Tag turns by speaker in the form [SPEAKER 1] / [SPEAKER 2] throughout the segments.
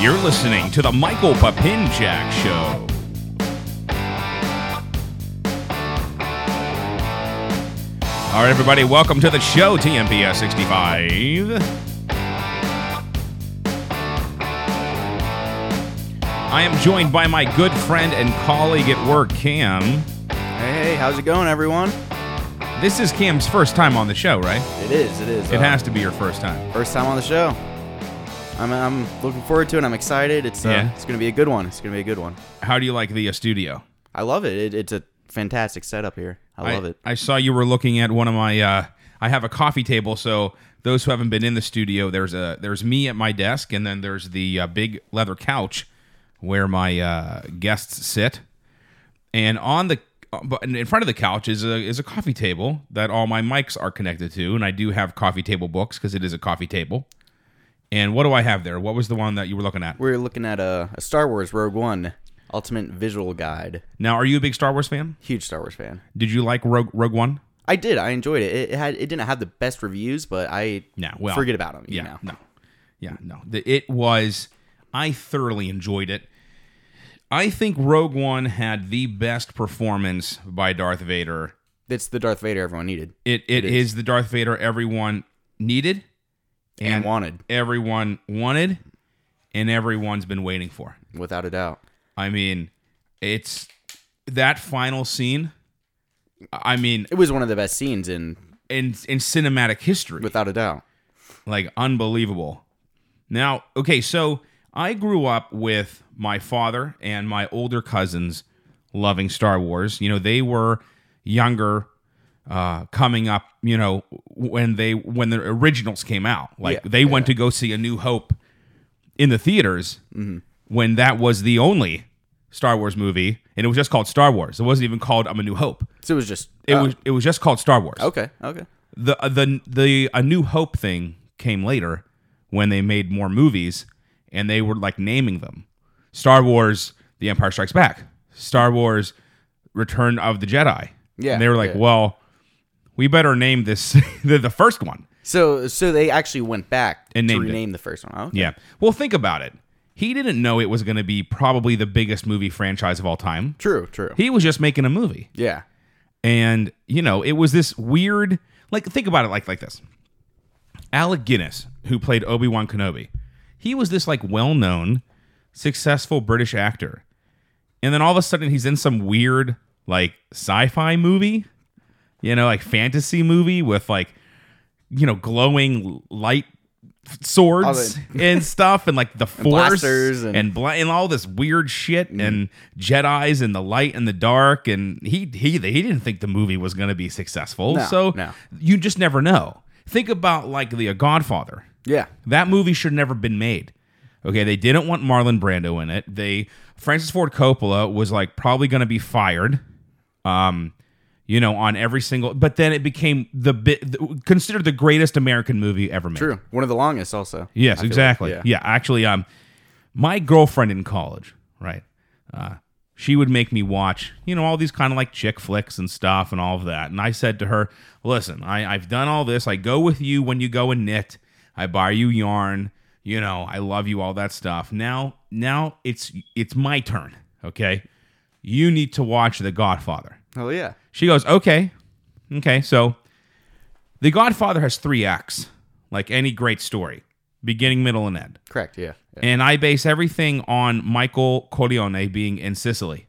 [SPEAKER 1] You're listening to the Michael Papinchak Show. All right, everybody, welcome to the show, TMPS 65. I am joined by my good friend and colleague at work, Cam.
[SPEAKER 2] Hey, hey, how's it going, everyone?
[SPEAKER 1] This is Cam's first time on the show, right?
[SPEAKER 2] It is, it is.
[SPEAKER 1] It
[SPEAKER 2] uh,
[SPEAKER 1] has to be your first time.
[SPEAKER 2] First time on the show. I'm, I'm looking forward to it. I'm excited. It's uh,
[SPEAKER 1] Yeah.
[SPEAKER 2] it's gonna be a good one. It's gonna be a good one.
[SPEAKER 1] How do you like the uh, studio?
[SPEAKER 2] I love it. it. It's a fantastic setup here. I love it.
[SPEAKER 1] I saw you were looking at one of my. Uh, I have a coffee table, so those who haven't been in the studio, there's a there's me at my desk, and then there's the uh, big leather couch where my uh, guests sit, and on the uh, but in front of the couch is a is a coffee table that all my mics are connected to, and I do have coffee table books because it is a coffee table. And what do I have there? What was the one that you were looking at?
[SPEAKER 2] We're looking at a, a Star Wars Rogue One Ultimate Visual Guide.
[SPEAKER 1] Now, are you a big Star Wars fan?
[SPEAKER 2] Huge Star Wars fan.
[SPEAKER 1] Did you like Rogue Rogue One?
[SPEAKER 2] I did. I enjoyed it. It, it had it didn't have the best reviews, but I
[SPEAKER 1] No, well,
[SPEAKER 2] forget about them.
[SPEAKER 1] yeah,
[SPEAKER 2] You know.
[SPEAKER 1] no, yeah, no. The, it was. I thoroughly enjoyed it. I think Rogue One had the best performance by Darth Vader.
[SPEAKER 2] It's the Darth Vader everyone needed
[SPEAKER 1] It it is. the Darth Vader everyone needed,
[SPEAKER 2] and, wanted,
[SPEAKER 1] everyone wanted, and everyone's been waiting for.
[SPEAKER 2] without a doubt.
[SPEAKER 1] I mean, it's that final scene. I mean,
[SPEAKER 2] It was one of the best scenes in
[SPEAKER 1] in in cinematic history,
[SPEAKER 2] without a doubt.
[SPEAKER 1] like unbelievable. Now, okay, so I grew up with my father and my older cousins loving Star Wars. You know, they were younger uh coming up, you know, when they when the originals came out. Like
[SPEAKER 2] Yeah,
[SPEAKER 1] they went to go see A New Hope in the theaters
[SPEAKER 2] Mm-hmm.
[SPEAKER 1] when that was the only Star Wars movie and it was just called Star Wars. It wasn't even called I'm a New Hope.
[SPEAKER 2] So it was just
[SPEAKER 1] It
[SPEAKER 2] oh,
[SPEAKER 1] was it was just called Star Wars
[SPEAKER 2] okay, okay.
[SPEAKER 1] the uh, the the a new hope thing came later when they made more movies and they were like naming them star wars the empire strikes back star wars return of the jedi
[SPEAKER 2] Yeah,
[SPEAKER 1] and they were like
[SPEAKER 2] yeah.
[SPEAKER 1] well we better name this the, the first one
[SPEAKER 2] So so they actually went back
[SPEAKER 1] And
[SPEAKER 2] to
[SPEAKER 1] named it.
[SPEAKER 2] rename the first one. Oh, okay.
[SPEAKER 1] yeah well think about it he didn't know it was going to be probably the biggest movie franchise of all time
[SPEAKER 2] True, true.
[SPEAKER 1] he was just making a movie
[SPEAKER 2] yeah.
[SPEAKER 1] and you know it was this weird like think about it like like this alec guinness who played obi-wan kenobi he was this like well-known successful british actor and then all of a sudden he's in some weird like sci-fi movie you know like fantasy movie with like you know glowing light swords and stuff and like the force
[SPEAKER 2] blasters and-
[SPEAKER 1] and, bla- and all this weird shit
[SPEAKER 2] Mm-hmm.
[SPEAKER 1] and jedis and the light and the dark and he he he didn't think the movie was going to be successful
[SPEAKER 2] No,
[SPEAKER 1] so
[SPEAKER 2] no.
[SPEAKER 1] you just never know think about like the godfather
[SPEAKER 2] Yeah.
[SPEAKER 1] that movie should never have been made. Okay, they didn't want Marlon Brando in it. They Francis Ford Coppola was like probably going to be fired. Um, you know, on every single but then it became the bit considered the greatest American movie ever made.
[SPEAKER 2] True. One of the longest also.
[SPEAKER 1] Yes,
[SPEAKER 2] I feel
[SPEAKER 1] exactly.
[SPEAKER 2] like,
[SPEAKER 1] yeah. actually um my girlfriend in college, right? Uh she would make me watch, you know, all these kind of like chick flicks and stuff and all of that. And I said to her, "Listen, I I've done all this. I go with you when you go and knit. I buy you yarn. You know, I love you all that stuff. Now, now it's it's my turn, okay? You need to watch The Godfather."
[SPEAKER 2] Hell Oh, yeah.
[SPEAKER 1] She goes, okay. Okay. So The Godfather has three acts, like any great story beginning, middle, and end.
[SPEAKER 2] Correct, yeah. yeah.
[SPEAKER 1] And I base everything on Michael Corleone being in Sicily.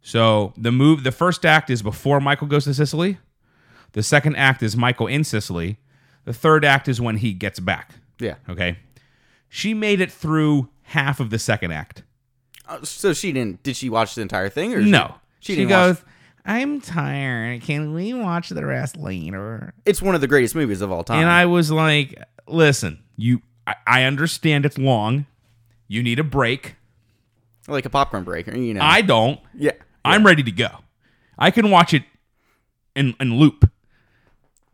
[SPEAKER 1] So the move, the first act is before Michael goes to Sicily. The second act is Michael in Sicily. The third act is when he gets back.
[SPEAKER 2] Yeah.
[SPEAKER 1] Okay. She made it through half of the second act.
[SPEAKER 2] Uh, so she didn't did she watch the entire thing or
[SPEAKER 1] No.
[SPEAKER 2] She
[SPEAKER 1] She,
[SPEAKER 2] didn't
[SPEAKER 1] goes, I'm tired. Can we watch the rest later?
[SPEAKER 2] It's one of the greatest movies of all time.
[SPEAKER 1] And I was like, listen, you I, I understand it's long. You need a break.
[SPEAKER 2] like a popcorn break, or, you know.
[SPEAKER 1] I don't.
[SPEAKER 2] yeah.
[SPEAKER 1] I'm ready to go. I can watch it in in loop.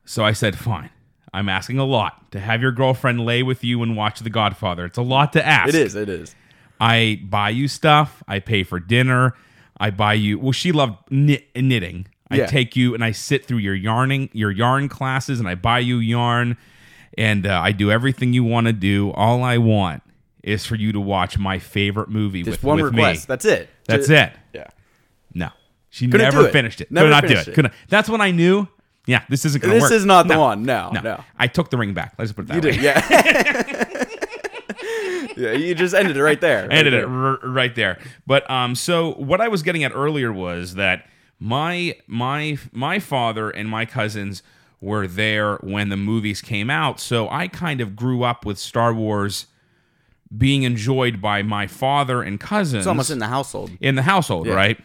[SPEAKER 1] So I said, fine. I'm asking a lot to have your girlfriend lay with you and watch The Godfather. It's a lot to ask.
[SPEAKER 2] It is, it is.
[SPEAKER 1] I buy you stuff. I pay for dinner. I buy you. Well, she loved knit, knitting. I
[SPEAKER 2] Yeah.
[SPEAKER 1] take you and I sit through your yarning, your yarn classes, and I buy you yarn, and uh, I do everything you want to do. All I want is for you to watch my favorite movie
[SPEAKER 2] Just
[SPEAKER 1] with,
[SPEAKER 2] one
[SPEAKER 1] with
[SPEAKER 2] request.
[SPEAKER 1] me.
[SPEAKER 2] That's it.
[SPEAKER 1] That's
[SPEAKER 2] Ju-
[SPEAKER 1] it.
[SPEAKER 2] Yeah.
[SPEAKER 1] No, she
[SPEAKER 2] Couldn't
[SPEAKER 1] never
[SPEAKER 2] do it.
[SPEAKER 1] finished it.
[SPEAKER 2] Never
[SPEAKER 1] Could not do
[SPEAKER 2] finished
[SPEAKER 1] it.
[SPEAKER 2] it.
[SPEAKER 1] Could not. That's when I knew. Yeah, this isn't going to
[SPEAKER 2] This
[SPEAKER 1] work.
[SPEAKER 2] is not the one. No,
[SPEAKER 1] no,
[SPEAKER 2] no.
[SPEAKER 1] I took the ring back. Let's put it that
[SPEAKER 2] You
[SPEAKER 1] way.
[SPEAKER 2] did. Yeah. yeah. You just ended it right there. right
[SPEAKER 1] ended it
[SPEAKER 2] there.
[SPEAKER 1] r- right there. But um, so what I was getting at earlier was that my my my father and my cousins were there when the movies came out, so I kind of grew up with Star Wars being enjoyed by my father and cousins
[SPEAKER 2] It's almost in the household.
[SPEAKER 1] in the household, right?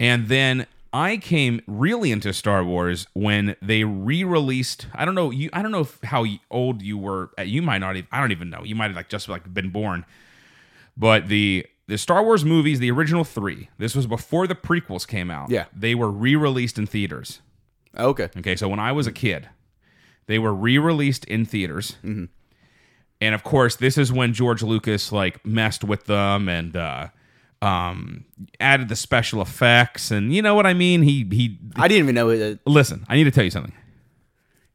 [SPEAKER 1] And then I came really into Star Wars when they re-released. I don't know you. I don't know if, how y- old you were. Uh, You might not. Even, I don't even know. You might have like just like been born. But the the Star Wars movies, the original three. This was before the prequels came out.
[SPEAKER 2] Yeah.
[SPEAKER 1] they were re-released in theaters.
[SPEAKER 2] Okay.
[SPEAKER 1] Okay, so when I was a kid, they were re-released in theaters, and of course, this is when George Lucas like messed with them and uh, um, added the special effects, and you know what I mean. He he.
[SPEAKER 2] I didn't even know it. uh,
[SPEAKER 1] Listen, I need to tell you something.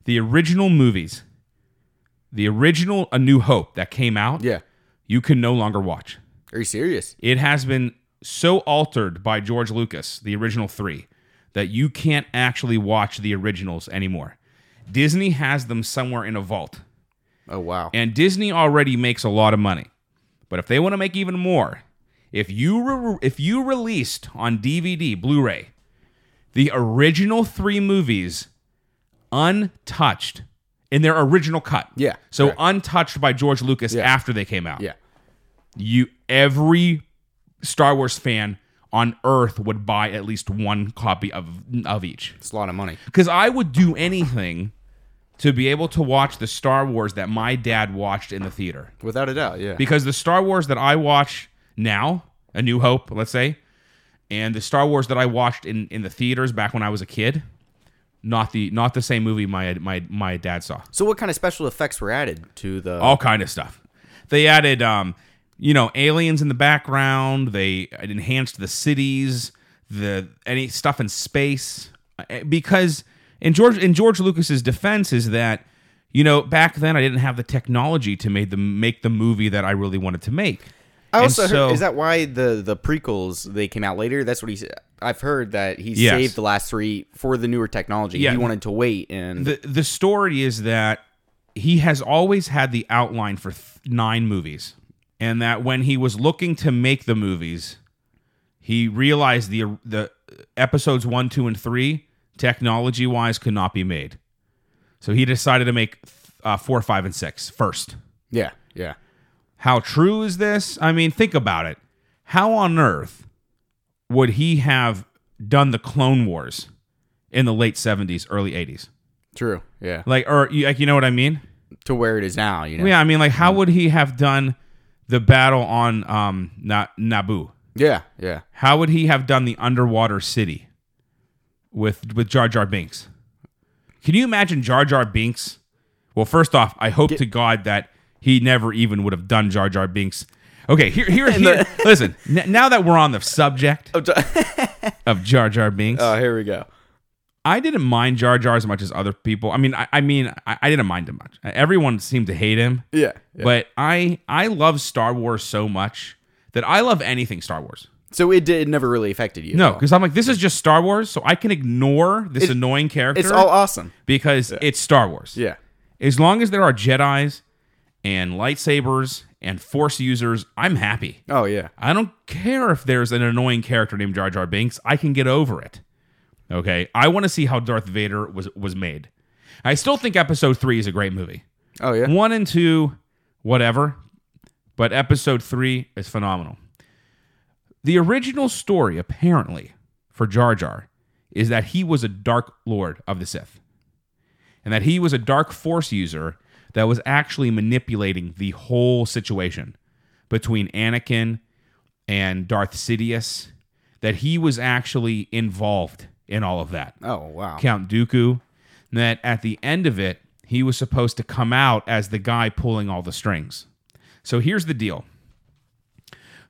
[SPEAKER 1] The original movies, the original A New Hope that came out,
[SPEAKER 2] Yeah.
[SPEAKER 1] you can no longer watch.
[SPEAKER 2] Are you serious?
[SPEAKER 1] It has been so altered by George Lucas, the original three, that you can't actually watch the originals anymore. Disney has them somewhere in a vault.
[SPEAKER 2] Oh wow.
[SPEAKER 1] And Disney already makes a lot of money. But if they want to make even more, if you re- if you released on DVD, Blu-ray, the original 3 movies untouched in their original cut.
[SPEAKER 2] Yeah,
[SPEAKER 1] So
[SPEAKER 2] correct.
[SPEAKER 1] untouched by George Lucas after they came out
[SPEAKER 2] yeah.
[SPEAKER 1] you every Star Wars fan on earth would buy at least one copy of of each.
[SPEAKER 2] It's a lot of money.
[SPEAKER 1] Cuz I would do anything to be able to watch the Star Wars that my dad watched in the theater.
[SPEAKER 2] Without a doubt. Yeah.
[SPEAKER 1] Because the Star Wars that I watch now, A New Hope, let's say, and the Star Wars that I watched in in the theaters back when I was a kid, not the not the same movie my my my dad saw
[SPEAKER 2] so what kind of special effects were added to the?
[SPEAKER 1] all kind of stuff. They added, um, you know, aliens in the background. They enhanced the cities, the any stuff in space, Uh, because in George in George Lucas's defense is that you know back then I didn't have the technology to make the make the movie that I really wanted to make.
[SPEAKER 2] I
[SPEAKER 1] And
[SPEAKER 2] also
[SPEAKER 1] so-
[SPEAKER 2] heard, is that why the the prequels they came out later? That's what he. s- I've heard that he
[SPEAKER 1] Yes.
[SPEAKER 2] saved the last three for the newer technology.
[SPEAKER 1] Yeah.
[SPEAKER 2] He wanted to wait and
[SPEAKER 1] the the story is that he has always had the outline for th- nine movies, and that when he was looking to make the movies, he realized the the episodes one, two, and three technology wise could not be made, so he decided to make uh, four, five, and six first.
[SPEAKER 2] yeah, yeah.
[SPEAKER 1] How true is this? I mean, think about it. How on earth would he have done the Clone Wars in the late seventies, early eighties?
[SPEAKER 2] True. Yeah.
[SPEAKER 1] Like, or you- like, you know what I mean?
[SPEAKER 2] To where it is now, you know.
[SPEAKER 1] Yeah, I mean, like, how would he have done the battle on um Na- Naboo?
[SPEAKER 2] Yeah. Yeah.
[SPEAKER 1] How would he have done the underwater city with with Jar Jar Binks? Can you imagine Jar Jar Binks? Well, first off, I hope to God that he never even would have done Jar Jar Binks. Okay, here, here, here. listen. N- now that we're on the subject
[SPEAKER 2] Oh, Uh.
[SPEAKER 1] of Jar Jar Binks,
[SPEAKER 2] here we go.
[SPEAKER 1] I didn't mind Jar Jar as much as other people. I mean, I, I mean, I, I didn't mind him much. Everyone seemed to hate him.
[SPEAKER 2] Yeah. yeah.
[SPEAKER 1] But I I love Star Wars so much that I love anything Star Wars.
[SPEAKER 2] so it did, it never really affected you.
[SPEAKER 1] No,
[SPEAKER 2] at all.
[SPEAKER 1] because I'm like this is just Star Wars, so I can ignore this annoying character
[SPEAKER 2] It's all awesome.
[SPEAKER 1] because it's Star Wars.
[SPEAKER 2] Yeah.
[SPEAKER 1] As long as there are Jedi's and lightsabers and Force users, I'm happy.
[SPEAKER 2] Oh yeah.
[SPEAKER 1] I don't care if there's an annoying character named Jar Jar Binks. I can get over it. Okay, I want to see how Darth Vader was was made. I still think Episode Three is a great movie
[SPEAKER 2] Oh yeah.
[SPEAKER 1] one and two, whatever. But episode three is phenomenal. The original story, apparently, for Jar Jar is that he was a Dark Lord of the Sith and that he was a Dark Force user that was actually manipulating the whole situation between Anakin and Darth Sidious, that he was actually involved in all of that.
[SPEAKER 2] Oh wow.
[SPEAKER 1] Count Dooku, that at the end of it, he was supposed to come out as the guy pulling all the strings. So here's the deal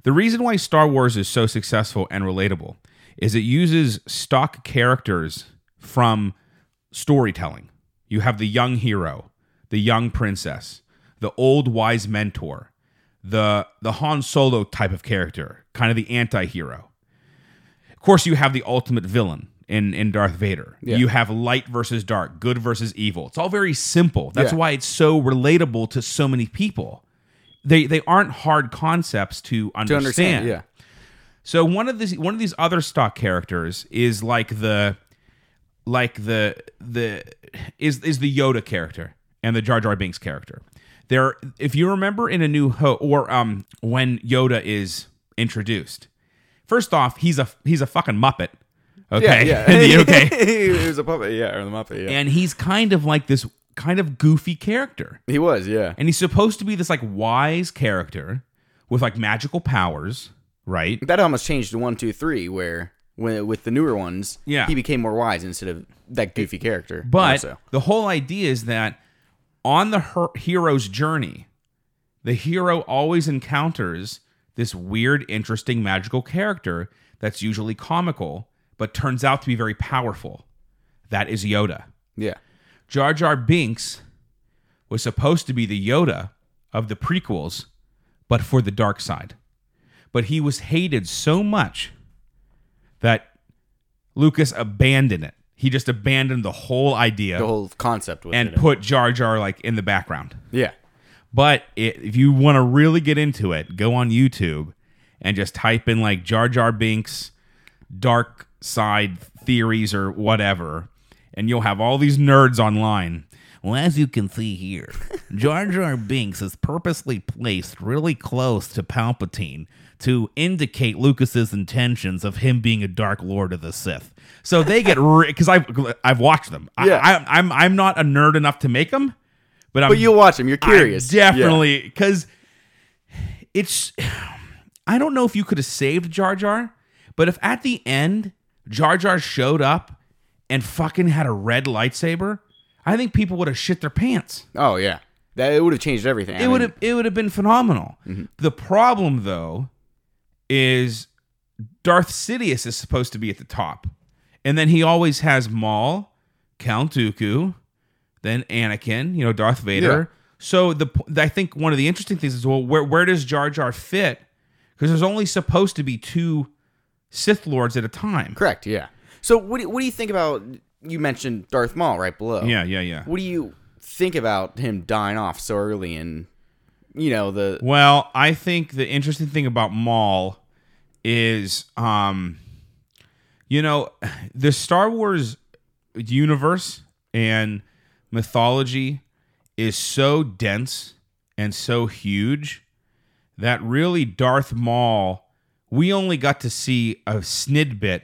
[SPEAKER 1] the reason why Star Wars is so successful and relatable is it uses stock characters from storytelling. You have the young hero, the young princess, the old wise mentor, the the Han Solo type of character, kind of the anti-hero. Of course, you have the ultimate villain in in Darth Vader.
[SPEAKER 2] Yeah.
[SPEAKER 1] You have light versus dark, good versus evil. It's all very simple. That's
[SPEAKER 2] Yeah.
[SPEAKER 1] why it's so relatable to so many people. They they aren't hard concepts to understand.
[SPEAKER 2] to understand. Yeah.
[SPEAKER 1] So one of these one of these other stock characters is like the like the the is is the Yoda character and the Jar Jar Binks character. There if you remember in a new hope or um when Yoda is introduced. First off, he's a he's a fucking muppet. Okay.
[SPEAKER 2] Yeah.
[SPEAKER 1] In the
[SPEAKER 2] Yeah.
[SPEAKER 1] UK.
[SPEAKER 2] he was a puppet. Yeah, or the Muppet. Yeah.
[SPEAKER 1] And he's kind of like this kind of goofy character.
[SPEAKER 2] he was. Yeah.
[SPEAKER 1] And he's supposed to be this like wise character with like magical powers, right?
[SPEAKER 2] That almost changed to one, two, three, where when with the newer ones,
[SPEAKER 1] Yeah.
[SPEAKER 2] he became more wise instead of that goofy character.
[SPEAKER 1] But
[SPEAKER 2] also.
[SPEAKER 1] the whole idea is that on the her- hero's journey, the hero always encounters this weird, interesting, magical character that's usually comical, but turns out to be very powerful. That is Yoda.
[SPEAKER 2] yeah,
[SPEAKER 1] Jar Jar Binks was supposed to be the Yoda of the prequels, but for the dark side. But he was hated so much that Lucas abandoned it. He just abandoned the whole idea
[SPEAKER 2] the whole concept was
[SPEAKER 1] and
[SPEAKER 2] it.
[SPEAKER 1] put Jar Jar like in the background.
[SPEAKER 2] yeah,
[SPEAKER 1] But it, if you want to really get into it, go on YouTube and just type in like Jar Jar Binks dark side theories or whatever, and you'll have all these nerds online. Well, as you can see here, Jar Jar Binks is purposely placed really close to Palpatine to indicate Lucas's intentions of him being a Dark Lord of the Sith. So they get because I've I've watched them. I-
[SPEAKER 2] Yeah.
[SPEAKER 1] I, I'm I'm not a nerd enough to make them, but I'm
[SPEAKER 2] but you watch him. You're curious.
[SPEAKER 1] I definitely, because it's. I don't know if you could have saved Jar Jar, but if at the end Jar Jar showed up and fucking had a red lightsaber, I think people would have shit their pants.
[SPEAKER 2] Yeah. Oh yeah, that it would have changed everything. I
[SPEAKER 1] It
[SPEAKER 2] mean,
[SPEAKER 1] would have. It would have been phenomenal. The problem though is Darth Sidious is supposed to be at the top, and then he always has Maul, Count Dooku, then Anakin. You know, Darth Vader. So the p- I think one of the interesting things is well, where where does Jar Jar fit? Because there's only supposed to be two Sith lords at a time.
[SPEAKER 2] correct. Yeah. So what do, you- what do you think about? You mentioned Darth Maul right below.
[SPEAKER 1] Yeah, yeah, yeah.
[SPEAKER 2] What do you think about him dying off so early and you know the
[SPEAKER 1] Well, I think the interesting thing about Maul is, um, you know, the Star Wars universe and mythology is so dense and so huge that really Darth Maul, we only got to see a snidbit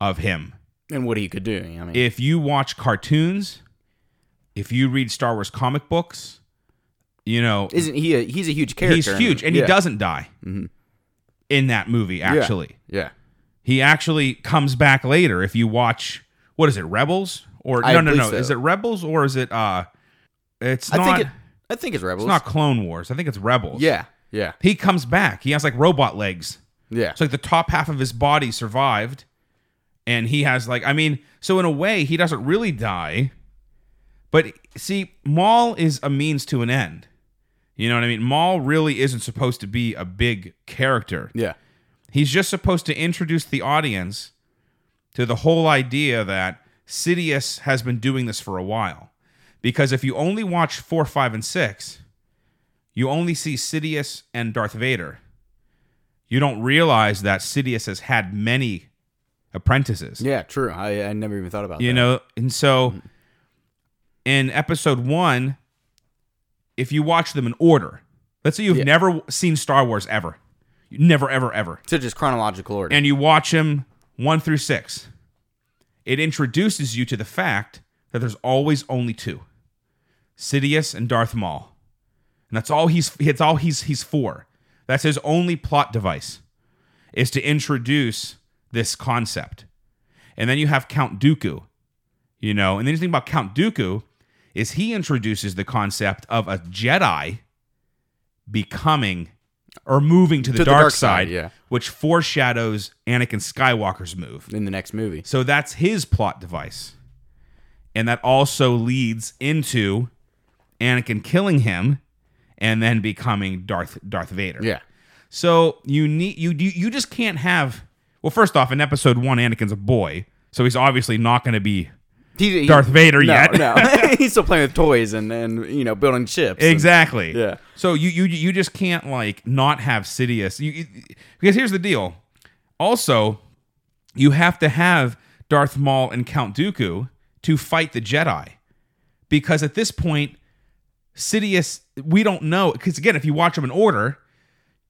[SPEAKER 1] of him
[SPEAKER 2] and what he could do? I mean,
[SPEAKER 1] if you watch cartoons, if you read Star Wars comic books, you know,
[SPEAKER 2] isn't he? A, he's a huge character.
[SPEAKER 1] he's huge and
[SPEAKER 2] Yeah. Mm-hmm.
[SPEAKER 1] he doesn't die in that movie,
[SPEAKER 2] Yeah.
[SPEAKER 1] actually.
[SPEAKER 2] Yeah.
[SPEAKER 1] He actually comes back later if you watch what is it, Rebels? Or
[SPEAKER 2] I
[SPEAKER 1] no no
[SPEAKER 2] believe
[SPEAKER 1] no.
[SPEAKER 2] so.
[SPEAKER 1] Is it Rebels or is it uh it's
[SPEAKER 2] I
[SPEAKER 1] not
[SPEAKER 2] think it. I think it's Rebels.
[SPEAKER 1] it's not Clone Wars. I think it's Rebels.
[SPEAKER 2] Yeah. Yeah.
[SPEAKER 1] He comes back. He has like robot legs.
[SPEAKER 2] Yeah.
[SPEAKER 1] So like the top half of his body survived, and he has like I mean, so in a way he doesn't really die, but see, Maul is a means to an end. You know what I mean? Maul really isn't supposed to be a big character.
[SPEAKER 2] yeah.
[SPEAKER 1] He's just supposed to introduce the audience to the whole idea that Sidious has been doing this for a while. Because if you only watch four, five, and six, you only see Sidious and Darth Vader. You don't realize that Sidious has had many apprentices.
[SPEAKER 2] Yeah, Mm-hmm. true. I, I never even thought about
[SPEAKER 1] You
[SPEAKER 2] that.
[SPEAKER 1] know, and so in episode one, if you watch them in order, let's say you've
[SPEAKER 2] Yeah.
[SPEAKER 1] never seen Star Wars ever, never, ever, ever
[SPEAKER 2] so just chronological order.
[SPEAKER 1] and you watch them one through six, it introduces you to the fact that there's always only two, Sidious and Darth Maul, and that's all he's it's all he's he's for. That's his only plot device, is to introduce this concept, and then you have Count Dooku, you know, and the interesting about Count Dooku is he introduces the concept of a Jedi becoming or moving to the, dark, side,
[SPEAKER 2] yeah.
[SPEAKER 1] which foreshadows Anakin Skywalker's move.
[SPEAKER 2] in the next movie.
[SPEAKER 1] So that's his plot device. And that also leads into Anakin killing him and then becoming Darth Darth Vader.
[SPEAKER 2] Yeah.
[SPEAKER 1] So you need you you, you just can't have well first off in episode 1 Anakin's a boy, so he's obviously not going to be
[SPEAKER 2] He- he-
[SPEAKER 1] Darth Vader
[SPEAKER 2] no,
[SPEAKER 1] yet.
[SPEAKER 2] No, he's still playing with toys and and you know building ships. and-
[SPEAKER 1] Exactly.
[SPEAKER 2] Yeah.
[SPEAKER 1] So you you you just can't like not have Sidious. You, you because here's the deal. Also, you have to have Darth Maul and Count Dooku to fight the Jedi, because at this point, Sidious we don't know. Because again, if you watch them in order,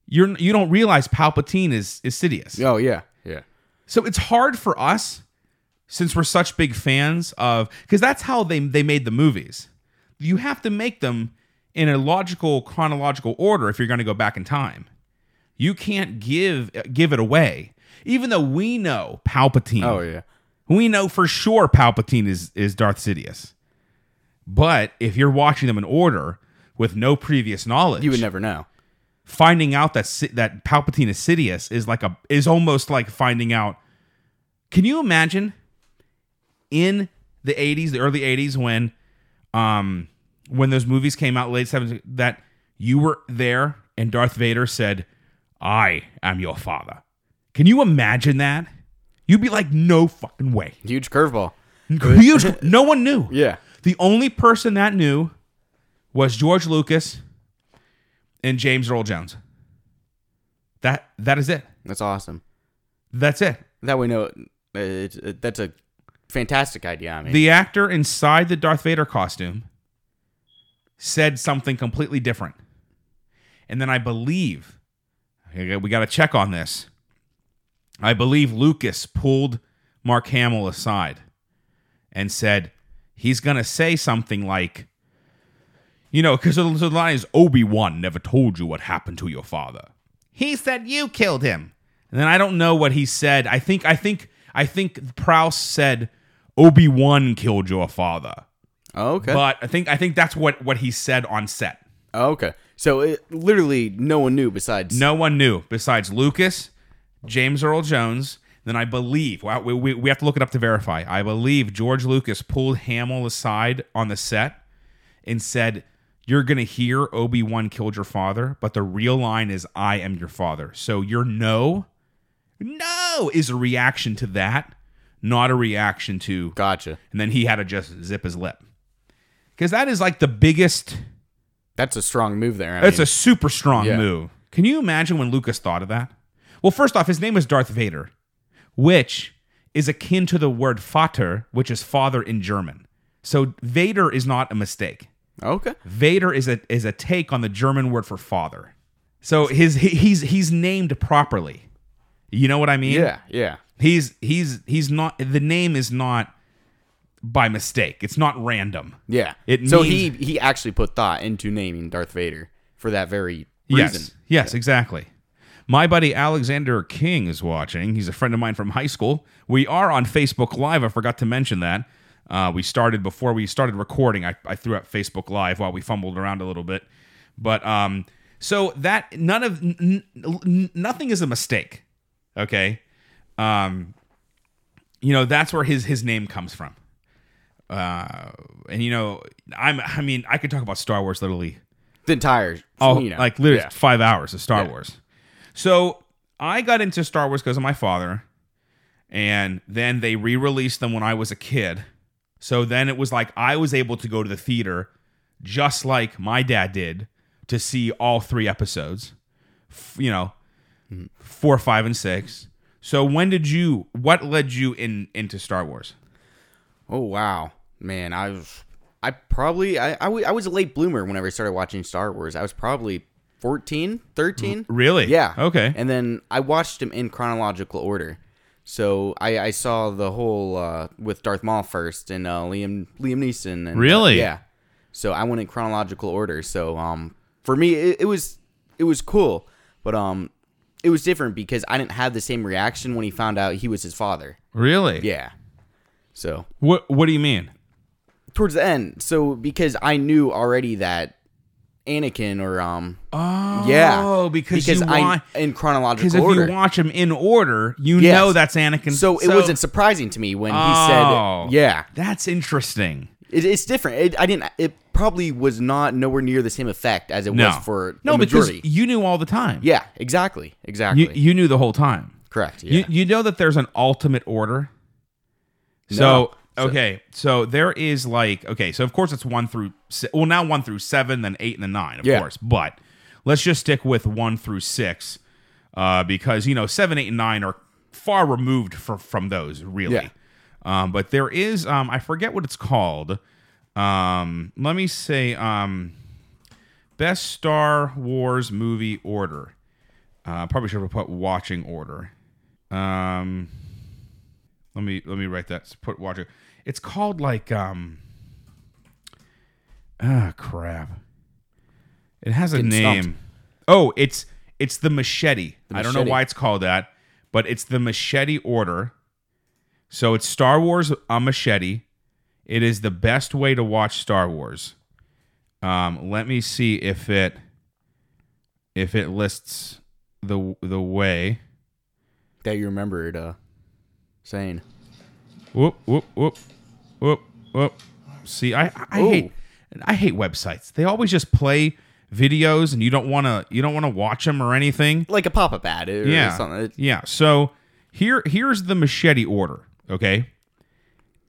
[SPEAKER 1] you're you don't realize Palpatine is is Sidious.
[SPEAKER 2] oh yeah, yeah.
[SPEAKER 1] So it's hard for us since we're such big fans of because that's how they they made the movies. You have to make them in a logical chronological order if you're going to go back in time. You can't give give it away, even though we know Palpatine.
[SPEAKER 2] Oh yeah.
[SPEAKER 1] We know for sure Palpatine is is Darth Sidious. But if you're watching them in order with no previous knowledge,
[SPEAKER 2] You would never know.
[SPEAKER 1] finding out that Si- that Palpatine is Sidious is like a is almost like finding out. Can you imagine in the eighties, the early eighties, when um when those movies came out late seventies, that you were there and Darth Vader said, "I am your father." Can you imagine that? You'd be like, "No fucking way!"
[SPEAKER 2] Huge curveball.
[SPEAKER 1] Huge. no one knew.
[SPEAKER 2] Yeah.
[SPEAKER 1] The only person that knew was George Lucas and James Earl Jones. That that is it.
[SPEAKER 2] That's awesome.
[SPEAKER 1] That's it.
[SPEAKER 2] That we know. uh, It, it, that's a fantastic idea. I mean,
[SPEAKER 1] The actor inside the Darth Vader costume said something completely different. And then I believe we got to check on this. I believe Lucas pulled Mark Hamill aside and said he's going to say something like you know, because the the line is Obi Wan never told you what happened to your father. He said you killed him. And then I don't know what he said. I think I think I think Prouse said Obi Wan killed your father.
[SPEAKER 2] oh, okay.
[SPEAKER 1] But I think I think that's what what he said on set.
[SPEAKER 2] Oh, okay. So it, literally, no one knew besides.
[SPEAKER 1] No one knew besides Lucas, James Earl Jones. Then I believe, wow, we, we, we have to look it up to verify. I believe George Lucas pulled Hamill aside on the set and said, You're going to hear Obi Wan killed your father, but the real line is, I am your father. So your no, no is a reaction to that, not a reaction to
[SPEAKER 2] Gotcha.
[SPEAKER 1] And then he had to just zip his lip. Because that is like the biggest.
[SPEAKER 2] That's a strong move there. I
[SPEAKER 1] That's
[SPEAKER 2] mean.
[SPEAKER 1] a super strong
[SPEAKER 2] Yeah.
[SPEAKER 1] move. Can you imagine when Lucas thought of that? Well, first off, his name is Darth Vader, which is akin to the word Vater, which is father in German. So Vader is not a mistake.
[SPEAKER 2] okay.
[SPEAKER 1] Vader is a is a take on the German word for father. So his he, he's he's named properly. You know what I mean?
[SPEAKER 2] Yeah. Yeah.
[SPEAKER 1] He's he's he's not the name is not by mistake. It's not random.
[SPEAKER 2] Yeah.
[SPEAKER 1] It
[SPEAKER 2] so
[SPEAKER 1] means-
[SPEAKER 2] he he actually put thought into naming Darth Vader for that very reason.
[SPEAKER 1] Yes. Yes, exactly. My buddy Alexander King is watching. He's a friend of mine from high school. We are on Facebook Live. I forgot to mention that. Uh, we started before we started recording. I, I threw up Facebook Live while we fumbled around a little bit, but um, so that none of n- n- nothing is a mistake. Okay, um, you know that's where his his name comes from. Uh, and you know, I'm I mean I could talk about Star Wars literally
[SPEAKER 2] The entire.
[SPEAKER 1] Oh,
[SPEAKER 2] you know,
[SPEAKER 1] like literally
[SPEAKER 2] yeah.
[SPEAKER 1] five hours of Star Wars. So I got into Star Wars because of my father, and then they re-released them when I was a kid. So then it was like I was able to go to the theater, just like my dad did, to see all three episodes. F- you know,
[SPEAKER 2] Mm.
[SPEAKER 1] four, five, and six. So when did you? What led you in into Star Wars?
[SPEAKER 2] Oh wow, man! I was, I probably, I, I, w- I was a late bloomer whenever I started watching Star Wars. I was probably 14, 13.
[SPEAKER 1] Really?
[SPEAKER 2] Yeah.
[SPEAKER 1] Okay.
[SPEAKER 2] And then I watched them in chronological order. So I, I saw the whole uh, with Darth Maul first and uh, Liam Liam Neeson. And, uh,
[SPEAKER 1] Really?
[SPEAKER 2] yeah. So I went in chronological order. So um, for me, it, it was it was cool, but um, it was different because I didn't have the same reaction when he found out he was his father.
[SPEAKER 1] Really?
[SPEAKER 2] Yeah. So
[SPEAKER 1] What What do you mean?
[SPEAKER 2] towards the end. So because I knew already that Anakin or um
[SPEAKER 1] Oh,
[SPEAKER 2] yeah
[SPEAKER 1] Because, you
[SPEAKER 2] I
[SPEAKER 1] want,
[SPEAKER 2] in
[SPEAKER 1] Because
[SPEAKER 2] chronological
[SPEAKER 1] if
[SPEAKER 2] order.
[SPEAKER 1] you watch them in order, you
[SPEAKER 2] Yes.
[SPEAKER 1] know that's Anakin.
[SPEAKER 2] so it wasn't surprising to me when he
[SPEAKER 1] Oh.
[SPEAKER 2] said yeah.
[SPEAKER 1] That's interesting.
[SPEAKER 2] It, it's different. It, I didn't. It probably was not nowhere near the same effect as it
[SPEAKER 1] No,
[SPEAKER 2] was for
[SPEAKER 1] no,
[SPEAKER 2] the majority.
[SPEAKER 1] because you knew all the time.
[SPEAKER 2] yeah, exactly, exactly,
[SPEAKER 1] you, you knew the whole time.
[SPEAKER 2] correct. Yeah.
[SPEAKER 1] You you know that there's an ultimate order. So okay, so there is like okay, so of course it's one through si- well now one through seven, then eight and then nine, of
[SPEAKER 2] Yeah.
[SPEAKER 1] course. But let's just stick with one through six, uh, because you know seven, eight, and nine are far removed from from those really.
[SPEAKER 2] Yeah.
[SPEAKER 1] Um, but there is um, I forget what it's called. Um, let me say um, best Star Wars movie order. Uh, probably should have put watching order. Um, let me let me write that. Put watching. It's called like um. Ah crap. It has a
[SPEAKER 2] Getting
[SPEAKER 1] name.
[SPEAKER 2] stumped.
[SPEAKER 1] Oh, it's it's the machete. I don't know
[SPEAKER 2] machete.
[SPEAKER 1] why it's called that, but it's the machete order. So it's Star Wars a machete. It is the best way to watch Star Wars. Um, let me see if it if it lists the the way.
[SPEAKER 2] that you remembered uh, saying.
[SPEAKER 1] Whoop whoop whoop whoop whoop. See, I I
[SPEAKER 2] Ooh.
[SPEAKER 1] hate I hate websites. They always just play videos, and you don't want to you don't want to watch them or anything.
[SPEAKER 2] like a pop-up ad or
[SPEAKER 1] yeah,
[SPEAKER 2] something. It-
[SPEAKER 1] yeah. So here here's the machete order. Okay,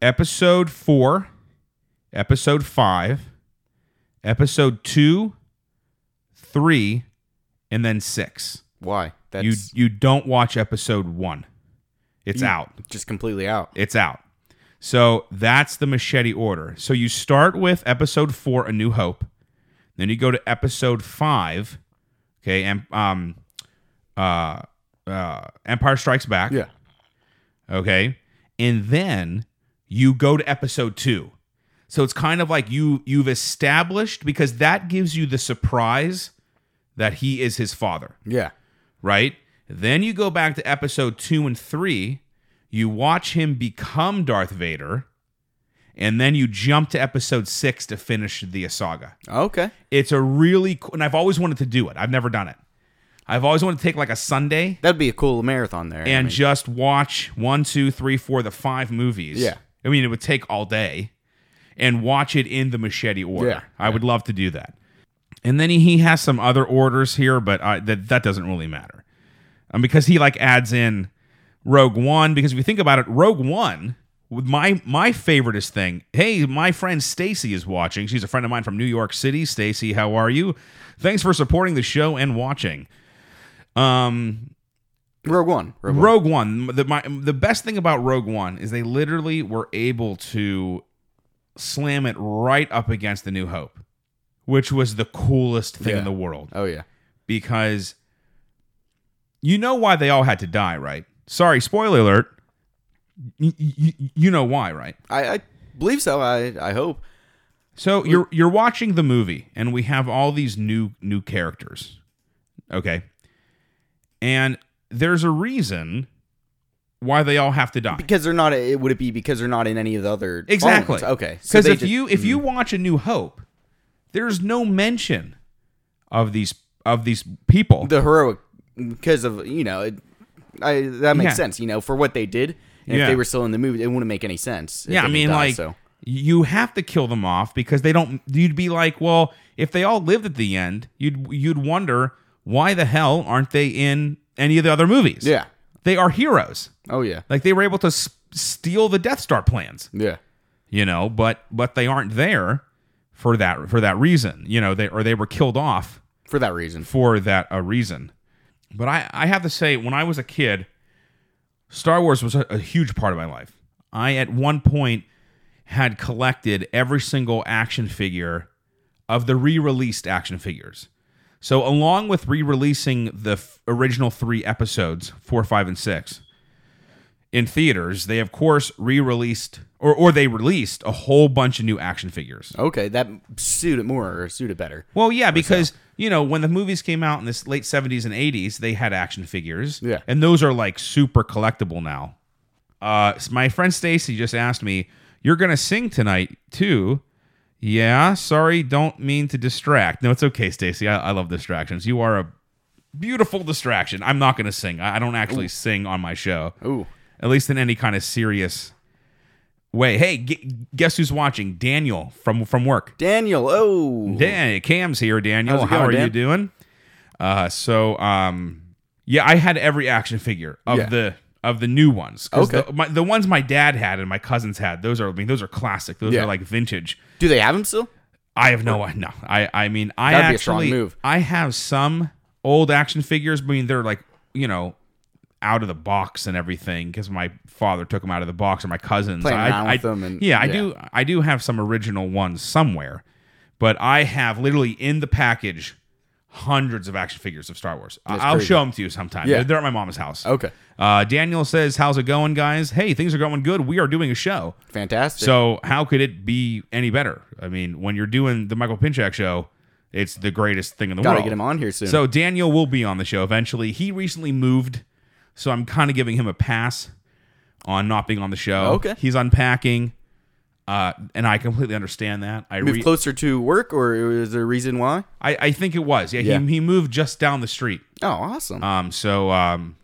[SPEAKER 1] episode four, episode five, episode two, three, and then six.
[SPEAKER 2] why? That's
[SPEAKER 1] You you don't watch episode one. It's out.
[SPEAKER 2] just completely out.
[SPEAKER 1] It's out. So that's the machete order. So you start with episode four, A New Hope. Then you go to episode five, okay, and um, uh, uh, Empire Strikes Back,
[SPEAKER 2] Yeah.
[SPEAKER 1] okay, and then you go to episode two. So it's kind of like you you've established because that gives you the surprise that he is his father
[SPEAKER 2] Yeah.
[SPEAKER 1] right? Then you go back to episode two and three, you watch him become Darth Vader, and then you jump to episode six to finish the saga.
[SPEAKER 2] Okay.
[SPEAKER 1] It's a really cool, and I've always wanted to do it. I've never done it. I've always wanted to take like a Sunday
[SPEAKER 2] That'd be a cool marathon there. I
[SPEAKER 1] and
[SPEAKER 2] mean,
[SPEAKER 1] just watch one, two, three, four, the five movies.
[SPEAKER 2] Yeah.
[SPEAKER 1] I mean, it would take all day and watch it in the machete order.
[SPEAKER 2] Yeah.
[SPEAKER 1] I would love to do that. And then he, he has some other orders here, but I, that, that doesn't really matter. Um, because he like adds in Rogue One, because if you think about it, Rogue One, with my my favoriteest thing, hey, my friend Stacy is watching. She's a friend of mine from New York City. Stacy, how are you? Thanks for supporting the show and watching. Um,
[SPEAKER 2] Rogue One. Rogue One.
[SPEAKER 1] Rogue One. The my, the best thing about Rogue One is they literally were able to slam it right up against the New Hope, which was the coolest thing in
[SPEAKER 2] Yeah.
[SPEAKER 1] the world
[SPEAKER 2] Oh yeah.
[SPEAKER 1] because you know why they all had to die, right? Sorry, spoiler alert. Y- y- y- you know why, right?
[SPEAKER 2] I, I believe so. I I hope.
[SPEAKER 1] So you're you're watching the movie, and we have all these new new characters, okay? And there's a reason why they all have to die.
[SPEAKER 2] Because they're not. It would it be because they're not in any of the other
[SPEAKER 1] Exactly.
[SPEAKER 2] followings? Okay. so
[SPEAKER 1] Because
[SPEAKER 2] they
[SPEAKER 1] if
[SPEAKER 2] just- mm.
[SPEAKER 1] you if you watch A New Hope, there's no mention of these of these people.
[SPEAKER 2] the heroic because of you know it, I that makes
[SPEAKER 1] Yeah.
[SPEAKER 2] sense. You know for what they did. And
[SPEAKER 1] Yeah.
[SPEAKER 2] If they were still in the movie, it wouldn't make any sense. if
[SPEAKER 1] yeah,
[SPEAKER 2] they
[SPEAKER 1] I mean,
[SPEAKER 2] died,
[SPEAKER 1] like
[SPEAKER 2] so.
[SPEAKER 1] you have to kill them off because they don't. You'd be like, well, if they all lived at the end, you'd you'd wonder why the hell aren't they in any of the other movies?
[SPEAKER 2] Yeah.
[SPEAKER 1] they are heroes.
[SPEAKER 2] Oh yeah.
[SPEAKER 1] Like they were able to s- steal the Death Star plans.
[SPEAKER 2] Yeah.
[SPEAKER 1] you know but but they aren't there for that for that reason you know they or they were killed off
[SPEAKER 2] For that reason.
[SPEAKER 1] for that a reason but i i have to say when i was a kid star wars was a, a huge part of my life i at one point had collected every single action figure of the re-released action figures so along with re-releasing the f- original three episodes four five and six in theaters they of course re-released or, or they released a whole bunch of new action figures
[SPEAKER 2] Okay. That suited more or suited better.
[SPEAKER 1] well, yeah, because you know when the movies came out in this late seventies and eighties, they had action figures,
[SPEAKER 2] Yeah.
[SPEAKER 1] and those are like super collectible now. Uh, s- my friend Stacy just asked me, "You're gonna sing tonight too?" Yeah, sorry, don't mean to distract. No, it's okay, Stacy. I, I love distractions. You are a beautiful distraction. I'm not gonna sing. I, I don't actually sing on my show,
[SPEAKER 2] Ooh.
[SPEAKER 1] at least in any kind of serious way. Hey, gu- guess who's watching? Daniel from from work.
[SPEAKER 2] Daniel, oh,
[SPEAKER 1] Dan, Cam's here. Daniel,
[SPEAKER 2] How's it
[SPEAKER 1] how
[SPEAKER 2] going,
[SPEAKER 1] are you
[SPEAKER 2] Dan?
[SPEAKER 1] doing? Uh, so um, yeah, I had every action figure of
[SPEAKER 2] Yeah.
[SPEAKER 1] the of the new ones. 'Cause
[SPEAKER 2] Okay.
[SPEAKER 1] the, my, the ones my dad had and my cousins had. Those are I mean, those are classic. Those
[SPEAKER 2] Yeah.
[SPEAKER 1] are like vintage.
[SPEAKER 2] do they have him still?
[SPEAKER 1] I have no no. I I mean I
[SPEAKER 2] That'd be a strong
[SPEAKER 1] actually
[SPEAKER 2] move.
[SPEAKER 1] I have some old action figures. I mean they're like you know out of the box and everything because my father took them out of the box or my cousins.
[SPEAKER 2] Playing
[SPEAKER 1] I,
[SPEAKER 2] around
[SPEAKER 1] I-
[SPEAKER 2] with them and-
[SPEAKER 1] yeah, I
[SPEAKER 2] yeah.
[SPEAKER 1] do. I do have some original ones somewhere, but I have literally in the package hundreds of action figures of Star Wars. I- I'll
[SPEAKER 2] crazy.
[SPEAKER 1] show them to you sometime.
[SPEAKER 2] Yeah.
[SPEAKER 1] They're, they're at my mom's house.
[SPEAKER 2] Okay.
[SPEAKER 1] Uh, Daniel says, "How's it going, guys? Hey, things are going good. We are doing a show.
[SPEAKER 2] Fantastic.
[SPEAKER 1] So how could it be any better? I mean, when you're doing the Michael Pinchak show, it's the greatest thing in the
[SPEAKER 2] gotta
[SPEAKER 1] world.
[SPEAKER 2] get him on here soon.
[SPEAKER 1] So Daniel will be on the show eventually. He recently moved, so I'm kind of giving him a pass on not being on the show.
[SPEAKER 2] Okay.
[SPEAKER 1] he's unpacking, uh, and I completely understand that. I
[SPEAKER 2] move
[SPEAKER 1] re-
[SPEAKER 2] closer to work, or is there a reason why?
[SPEAKER 1] I, I think it was yeah,
[SPEAKER 2] Yeah.
[SPEAKER 1] He, he moved just down the street.
[SPEAKER 2] Oh, awesome.
[SPEAKER 1] Um, so um,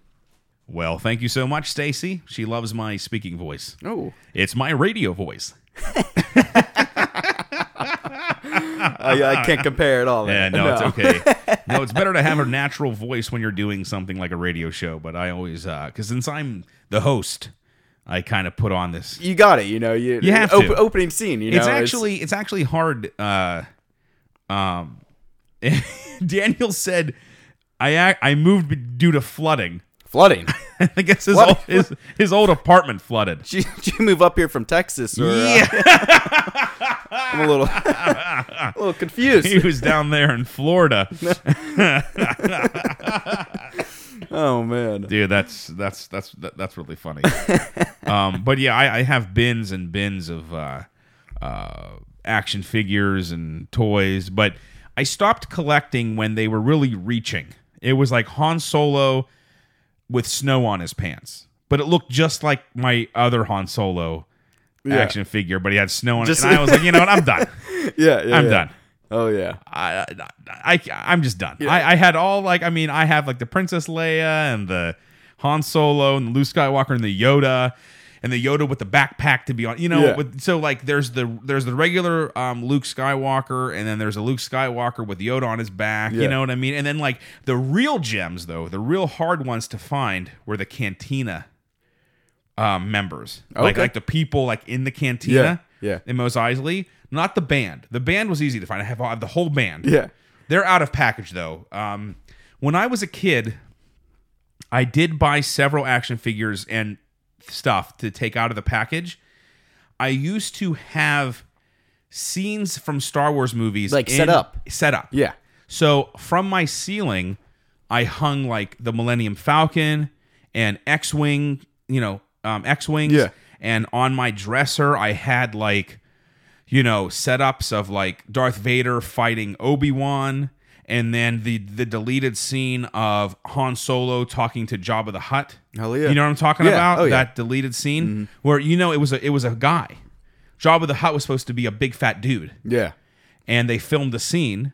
[SPEAKER 1] well, thank you so much, Stacy. She loves my speaking voice.
[SPEAKER 2] oh,
[SPEAKER 1] It's my radio voice.
[SPEAKER 2] I, I can't compare at all.
[SPEAKER 1] uh, Yeah,
[SPEAKER 2] man.
[SPEAKER 1] Uh, no, it's okay. no, it's better to have a natural voice when you're doing something like a radio show. But I always, because since I'm the host, I kind of put on this.
[SPEAKER 2] You got it. You know, you,
[SPEAKER 1] You have
[SPEAKER 2] op-
[SPEAKER 1] to.
[SPEAKER 2] opening scene. You know,
[SPEAKER 1] it's actually, it's, actually hard. Uh, um, Daniel said, "I ac- I moved due to flooding.
[SPEAKER 2] flooding.
[SPEAKER 1] I guess his
[SPEAKER 2] What?
[SPEAKER 1] old, his, his old apartment flooded."
[SPEAKER 2] Did you, did you move up here from Texas? Or, uh,
[SPEAKER 1] Yeah,
[SPEAKER 2] I'm a little, a little
[SPEAKER 1] he
[SPEAKER 2] confused.
[SPEAKER 1] was down there in Florida,
[SPEAKER 2] Oh man.
[SPEAKER 1] dude. That's that's that's that- that's really funny. um, but yeah, I, I have bins and bins of uh, uh, action figures and toys, but I stopped collecting when they were really reaching. It was like Han Solo with snow on his pants, but it looked just like my other Han Solo action figure, but he had snow on
[SPEAKER 2] Just-
[SPEAKER 1] it. And I was like, you know what? I'm done.
[SPEAKER 2] Yeah, yeah.
[SPEAKER 1] I'm
[SPEAKER 2] yeah.
[SPEAKER 1] done.
[SPEAKER 2] Oh yeah.
[SPEAKER 1] I, I, I am just done. I, I had all like I mean I have like the Princess Leia and the Han Solo and the Luke Skywalker and the Yoda and the Yoda with the backpack to be on. You know,
[SPEAKER 2] Yeah.
[SPEAKER 1] with, so like there's the there's the regular um, Luke Skywalker and then there's a Luke Skywalker with Yoda on his back.
[SPEAKER 2] Yeah.
[SPEAKER 1] You know what I mean? And then like the real gems though, the real hard ones to find were the Cantina um, members, like
[SPEAKER 2] Okay.
[SPEAKER 1] like the people like in the Cantina.
[SPEAKER 2] Yeah, yeah.
[SPEAKER 1] In Mos Eisley, not the band. The band was easy to find. I have, I have the whole band.
[SPEAKER 2] Yeah.
[SPEAKER 1] They're out of package though. Um, when I was a kid, I did buy several action figures and stuff to take out of the package. I used to have scenes from Star Wars movies
[SPEAKER 2] Like set up.
[SPEAKER 1] set up.
[SPEAKER 2] Yeah.
[SPEAKER 1] So from my ceiling, I hung like the Millennium Falcon and X Wing, you know, um, X Wings.
[SPEAKER 2] Yeah.
[SPEAKER 1] And on my dresser, I had like, you know, setups of like Darth Vader fighting Obi Wan. And then the the deleted scene of Han Solo talking to Jabba the Hutt.
[SPEAKER 2] Hell yeah.
[SPEAKER 1] You know what I'm talking
[SPEAKER 2] Yeah.
[SPEAKER 1] about?
[SPEAKER 2] Oh, yeah. Mm-hmm.
[SPEAKER 1] That deleted scene where you know it was a it was a guy. Jabba the Hutt was supposed to be a big fat dude
[SPEAKER 2] Yeah.
[SPEAKER 1] and they filmed the scene.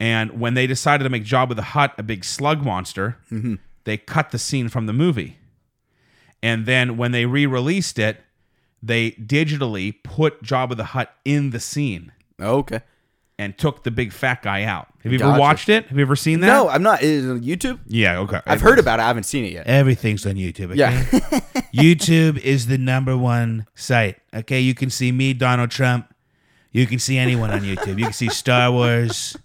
[SPEAKER 1] And when they decided to make Jabba the Hutt a big slug monster,
[SPEAKER 2] Mm-hmm.
[SPEAKER 1] they cut the scene from the movie. And then when they re-released it, they digitally put Jabba the Hutt in the scene
[SPEAKER 2] Okay.
[SPEAKER 1] and took the big fat guy out. Have you ever
[SPEAKER 2] Gotcha.
[SPEAKER 1] watched it? Have you ever seen that?
[SPEAKER 2] No, I'm not. Is it on YouTube?
[SPEAKER 1] Yeah. Okay.
[SPEAKER 2] I've heard about it. I haven't seen it yet.
[SPEAKER 1] Everything's on YouTube. Okay?
[SPEAKER 2] Yeah.
[SPEAKER 1] YouTube is the number one site. Okay, you can see me, Donald Trump. You can see anyone on YouTube. You can see Star Wars.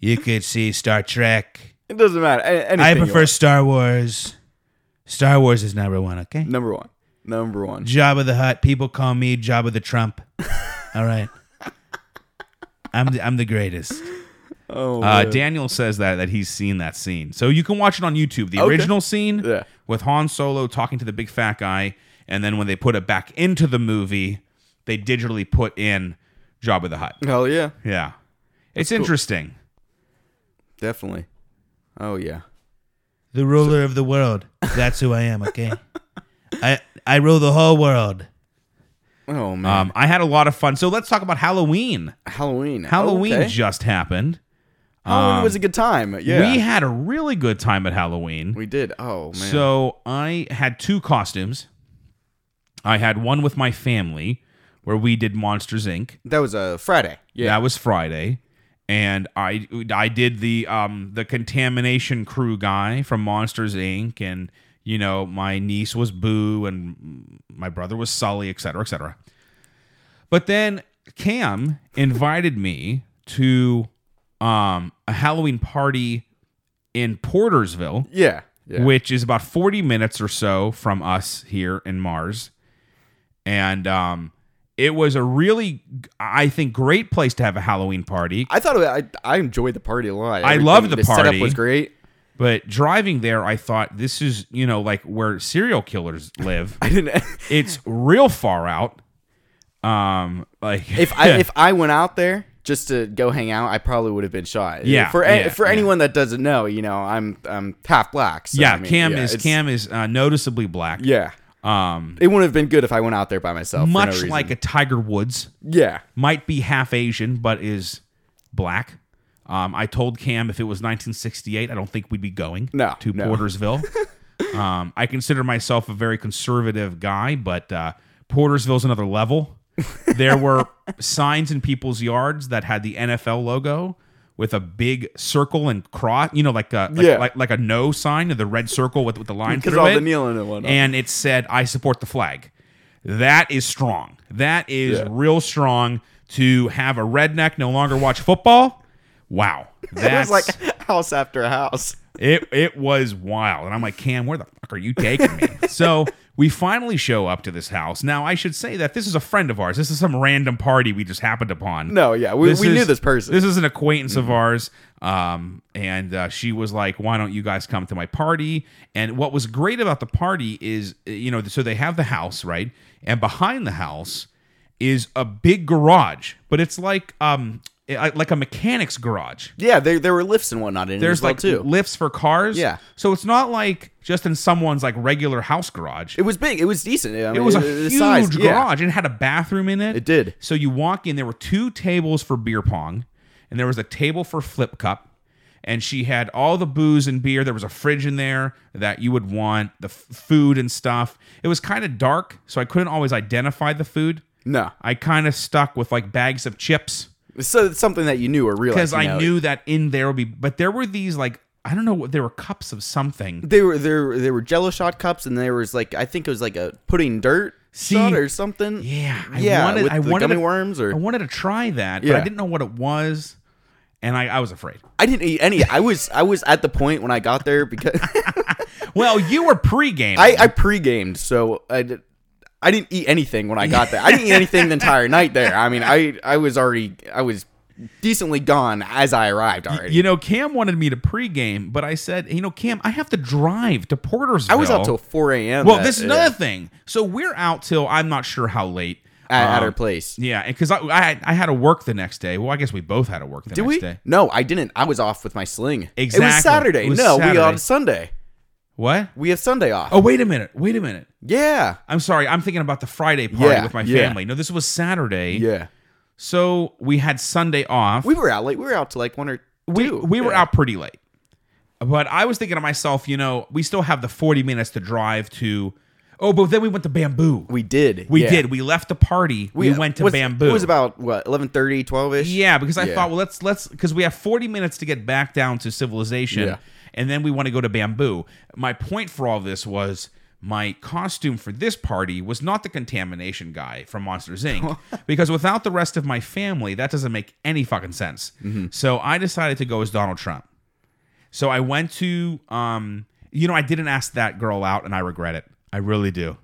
[SPEAKER 1] You could see Star Trek.
[SPEAKER 2] It doesn't matter. A- anything
[SPEAKER 1] I
[SPEAKER 2] you
[SPEAKER 1] prefer
[SPEAKER 2] want.
[SPEAKER 1] Star Wars. Star Wars is number one. Okay.
[SPEAKER 2] number one. Number one.
[SPEAKER 1] Job of the Hut. People call me Job of the Trump. All right. I'm the, I'm the greatest.
[SPEAKER 2] Oh.
[SPEAKER 1] Uh,
[SPEAKER 2] man.
[SPEAKER 1] Daniel says that that he's seen that scene, so you can watch it on YouTube. The
[SPEAKER 2] Okay.
[SPEAKER 1] original scene
[SPEAKER 2] Yeah.
[SPEAKER 1] with Han Solo talking to the big fat guy, and then when they put it back into the movie, they digitally put in Jabba the Hutt.
[SPEAKER 2] Hell yeah.
[SPEAKER 1] Yeah, it's interesting.
[SPEAKER 2] Definitely. Oh yeah.
[SPEAKER 1] The ruler of the world. That's who I am. Okay, I I rule the whole world.
[SPEAKER 2] Oh man.
[SPEAKER 1] Um, I had a lot of fun. So let's talk about Halloween.
[SPEAKER 2] Halloween.
[SPEAKER 1] Halloween
[SPEAKER 2] Okay.
[SPEAKER 1] just happened.
[SPEAKER 2] Halloween was a good time. Yeah.
[SPEAKER 1] We
[SPEAKER 2] We,
[SPEAKER 1] had a really good time at Halloween.
[SPEAKER 2] did. Oh man.
[SPEAKER 1] So I had two costumes. I had one with my family where we did Monsters Inc.
[SPEAKER 2] That was a Friday.
[SPEAKER 1] That was Friday, and I I did the um the contamination crew guy from Monsters Inc. and you know my niece was Boo and my brother was Sully, et cetera, et cetera. But then Cam invited me to um a Halloween party in Portersville
[SPEAKER 2] Yeah. Yeah.
[SPEAKER 1] which is about 40 minutes or so from us here in Mars. And um, it was a really, I think, great place to have a Halloween party.
[SPEAKER 2] I thought it, I I enjoyed the party a lot. Everything-
[SPEAKER 1] loved the
[SPEAKER 2] setup
[SPEAKER 1] party.
[SPEAKER 2] was great.
[SPEAKER 1] But driving there, I thought this is, you know, like where serial killers live.
[SPEAKER 2] I didn't.
[SPEAKER 1] it's real far out. Um, like
[SPEAKER 2] if I if I went out there just to go hang out, I probably would have been shot.
[SPEAKER 1] Yeah,
[SPEAKER 2] For a-
[SPEAKER 1] yeah,
[SPEAKER 2] for
[SPEAKER 1] yeah.
[SPEAKER 2] anyone that doesn't know, you know, I'm I'm half black. So,
[SPEAKER 1] yeah,
[SPEAKER 2] I mean,
[SPEAKER 1] Cam
[SPEAKER 2] yeah,
[SPEAKER 1] is
[SPEAKER 2] it's-
[SPEAKER 1] Cam is uh, noticeably black.
[SPEAKER 2] Yeah.
[SPEAKER 1] Um,
[SPEAKER 2] It wouldn't have been good if I went out there by myself. for no
[SPEAKER 1] much
[SPEAKER 2] reason.
[SPEAKER 1] like a Tiger Woods.
[SPEAKER 2] yeah.
[SPEAKER 1] might be half Asian, but is black. Um, I told Cam if it was 1968, I don't think we'd be going
[SPEAKER 2] No,
[SPEAKER 1] to
[SPEAKER 2] no.
[SPEAKER 1] Portersville. um, I consider myself a very conservative guy, but uh, Portersville's another level. There were signs in people's yards that had the NFL logo with a big circle and cross, you know, like a like,
[SPEAKER 2] Yeah.
[SPEAKER 1] like, like a no sign, the red circle with with the line
[SPEAKER 2] Because
[SPEAKER 1] through
[SPEAKER 2] all
[SPEAKER 1] it
[SPEAKER 2] the kneeling and whatnot.
[SPEAKER 1] and it said I support the flag. That is strong. That is real strong to have a redneck no longer watch football. Wow.
[SPEAKER 2] it
[SPEAKER 1] That's
[SPEAKER 2] was like house after house.
[SPEAKER 1] it it was wild. And I'm like, Cam, where the fuck are you taking me? so we finally show up to this house. Now I should say that this is a friend of ours. This is some random party we just happened upon.
[SPEAKER 2] No, yeah, we, we knew
[SPEAKER 1] is-
[SPEAKER 2] this person. Mm-hmm.
[SPEAKER 1] This is an acquaintance of ours. Um, and uh, she was like, "Why don't you guys come to my party?" And what was great about the party is, uh, you know, so they have the house right, and behind the house is a big garage, but it's like um i- like a mechanic's garage.
[SPEAKER 2] yeah, there there were lifts and whatnot in
[SPEAKER 1] There's
[SPEAKER 2] it as well,
[SPEAKER 1] like
[SPEAKER 2] too.
[SPEAKER 1] lifts for cars.
[SPEAKER 2] Yeah.
[SPEAKER 1] So it's not like just in someone's like regular house garage.
[SPEAKER 2] it was big. It was decent. I mean,
[SPEAKER 1] It was a
[SPEAKER 2] the
[SPEAKER 1] huge
[SPEAKER 2] size, yeah.
[SPEAKER 1] garage and it had a bathroom in it.
[SPEAKER 2] It did.
[SPEAKER 1] So you walk in, there were two tables for beer pong, and there was a table for flip cup. And she had all the booze and beer. There was a fridge in there that you would want, the f- food and stuff. It was kind of dark, so I couldn't always identify the food.
[SPEAKER 2] No,
[SPEAKER 1] I kind of stuck with like bags of chips
[SPEAKER 2] so it's something that you knew or realized.
[SPEAKER 1] because
[SPEAKER 2] you
[SPEAKER 1] I
[SPEAKER 2] know.
[SPEAKER 1] knew that in there would be, but there were these like, I don't know what, there were cups of something.
[SPEAKER 2] they were there. There were Jello shot cups, and there was like I think it was like a putting dirt
[SPEAKER 1] See?
[SPEAKER 2] shot or something.
[SPEAKER 1] Yeah, I
[SPEAKER 2] yeah.
[SPEAKER 1] wanted,
[SPEAKER 2] with
[SPEAKER 1] I
[SPEAKER 2] the
[SPEAKER 1] wanted
[SPEAKER 2] gummy
[SPEAKER 1] to-
[SPEAKER 2] worms, or
[SPEAKER 1] I wanted to try that, but I
[SPEAKER 2] Yeah.
[SPEAKER 1] didn't know what it was, and I, I was afraid.
[SPEAKER 2] I didn't eat any. I was I was at the point when I got there because
[SPEAKER 1] Well, you were pre-game.
[SPEAKER 2] I I pre-gamed, so I did, I didn't eat anything when I got there. I didn't eat anything the entire night there. I mean, I I was already I was decently gone as I arrived already.
[SPEAKER 1] you know, Cam wanted me to pre-game, but I said, you know, Cam, I have to drive to Portersville.
[SPEAKER 2] I was up till four a.m.
[SPEAKER 1] Well,
[SPEAKER 2] that-
[SPEAKER 1] this is
[SPEAKER 2] yeah,
[SPEAKER 1] another thing. So we're out till I'm not sure how late.
[SPEAKER 2] at, at
[SPEAKER 1] Um,
[SPEAKER 2] our place.
[SPEAKER 1] Yeah, because I, I I had to work the next day. Well, I guess we both had to work the
[SPEAKER 2] Did
[SPEAKER 1] next
[SPEAKER 2] we?
[SPEAKER 1] day.
[SPEAKER 2] No, I didn't. I was off with my sling. It
[SPEAKER 1] Exactly.
[SPEAKER 2] was Saturday.
[SPEAKER 1] It was
[SPEAKER 2] no, we
[SPEAKER 1] Saturday.
[SPEAKER 2] on Sunday.
[SPEAKER 1] What?
[SPEAKER 2] We have Sunday off.
[SPEAKER 1] Oh, wait a minute. Wait a minute.
[SPEAKER 2] Yeah.
[SPEAKER 1] I'm sorry. I'm thinking about the Friday party
[SPEAKER 2] Yeah,
[SPEAKER 1] with my
[SPEAKER 2] yeah.
[SPEAKER 1] family. No, this was Saturday.
[SPEAKER 2] Yeah.
[SPEAKER 1] So we had Sunday off.
[SPEAKER 2] We were out late. We were out to like one or
[SPEAKER 1] we,
[SPEAKER 2] two.
[SPEAKER 1] we were
[SPEAKER 2] Yeah.
[SPEAKER 1] out pretty late. But I was thinking to myself, you know, we still have the 40 minutes to drive to. Oh, but then we went to Bamboo. We,
[SPEAKER 2] We did. yeah.
[SPEAKER 1] did. We left the party. We,
[SPEAKER 2] Yeah.
[SPEAKER 1] went to
[SPEAKER 2] Was-
[SPEAKER 1] Bamboo.
[SPEAKER 2] It was about what 11:30, 12ish.
[SPEAKER 1] yeah, because I
[SPEAKER 2] Yeah.
[SPEAKER 1] thought, well, let's let's because we have 40 minutes to get back down to civilization,
[SPEAKER 2] Yeah.
[SPEAKER 1] and then we want to go to Bamboo. My point for all this was my costume for this party was not the contamination guy from Monsters Inc. because without the rest of my family, that doesn't make any fucking sense.
[SPEAKER 2] Mm-hmm.
[SPEAKER 1] So I decided to go as Donald Trump. So I went to um you know I didn't ask that girl out and I regret it. I really do.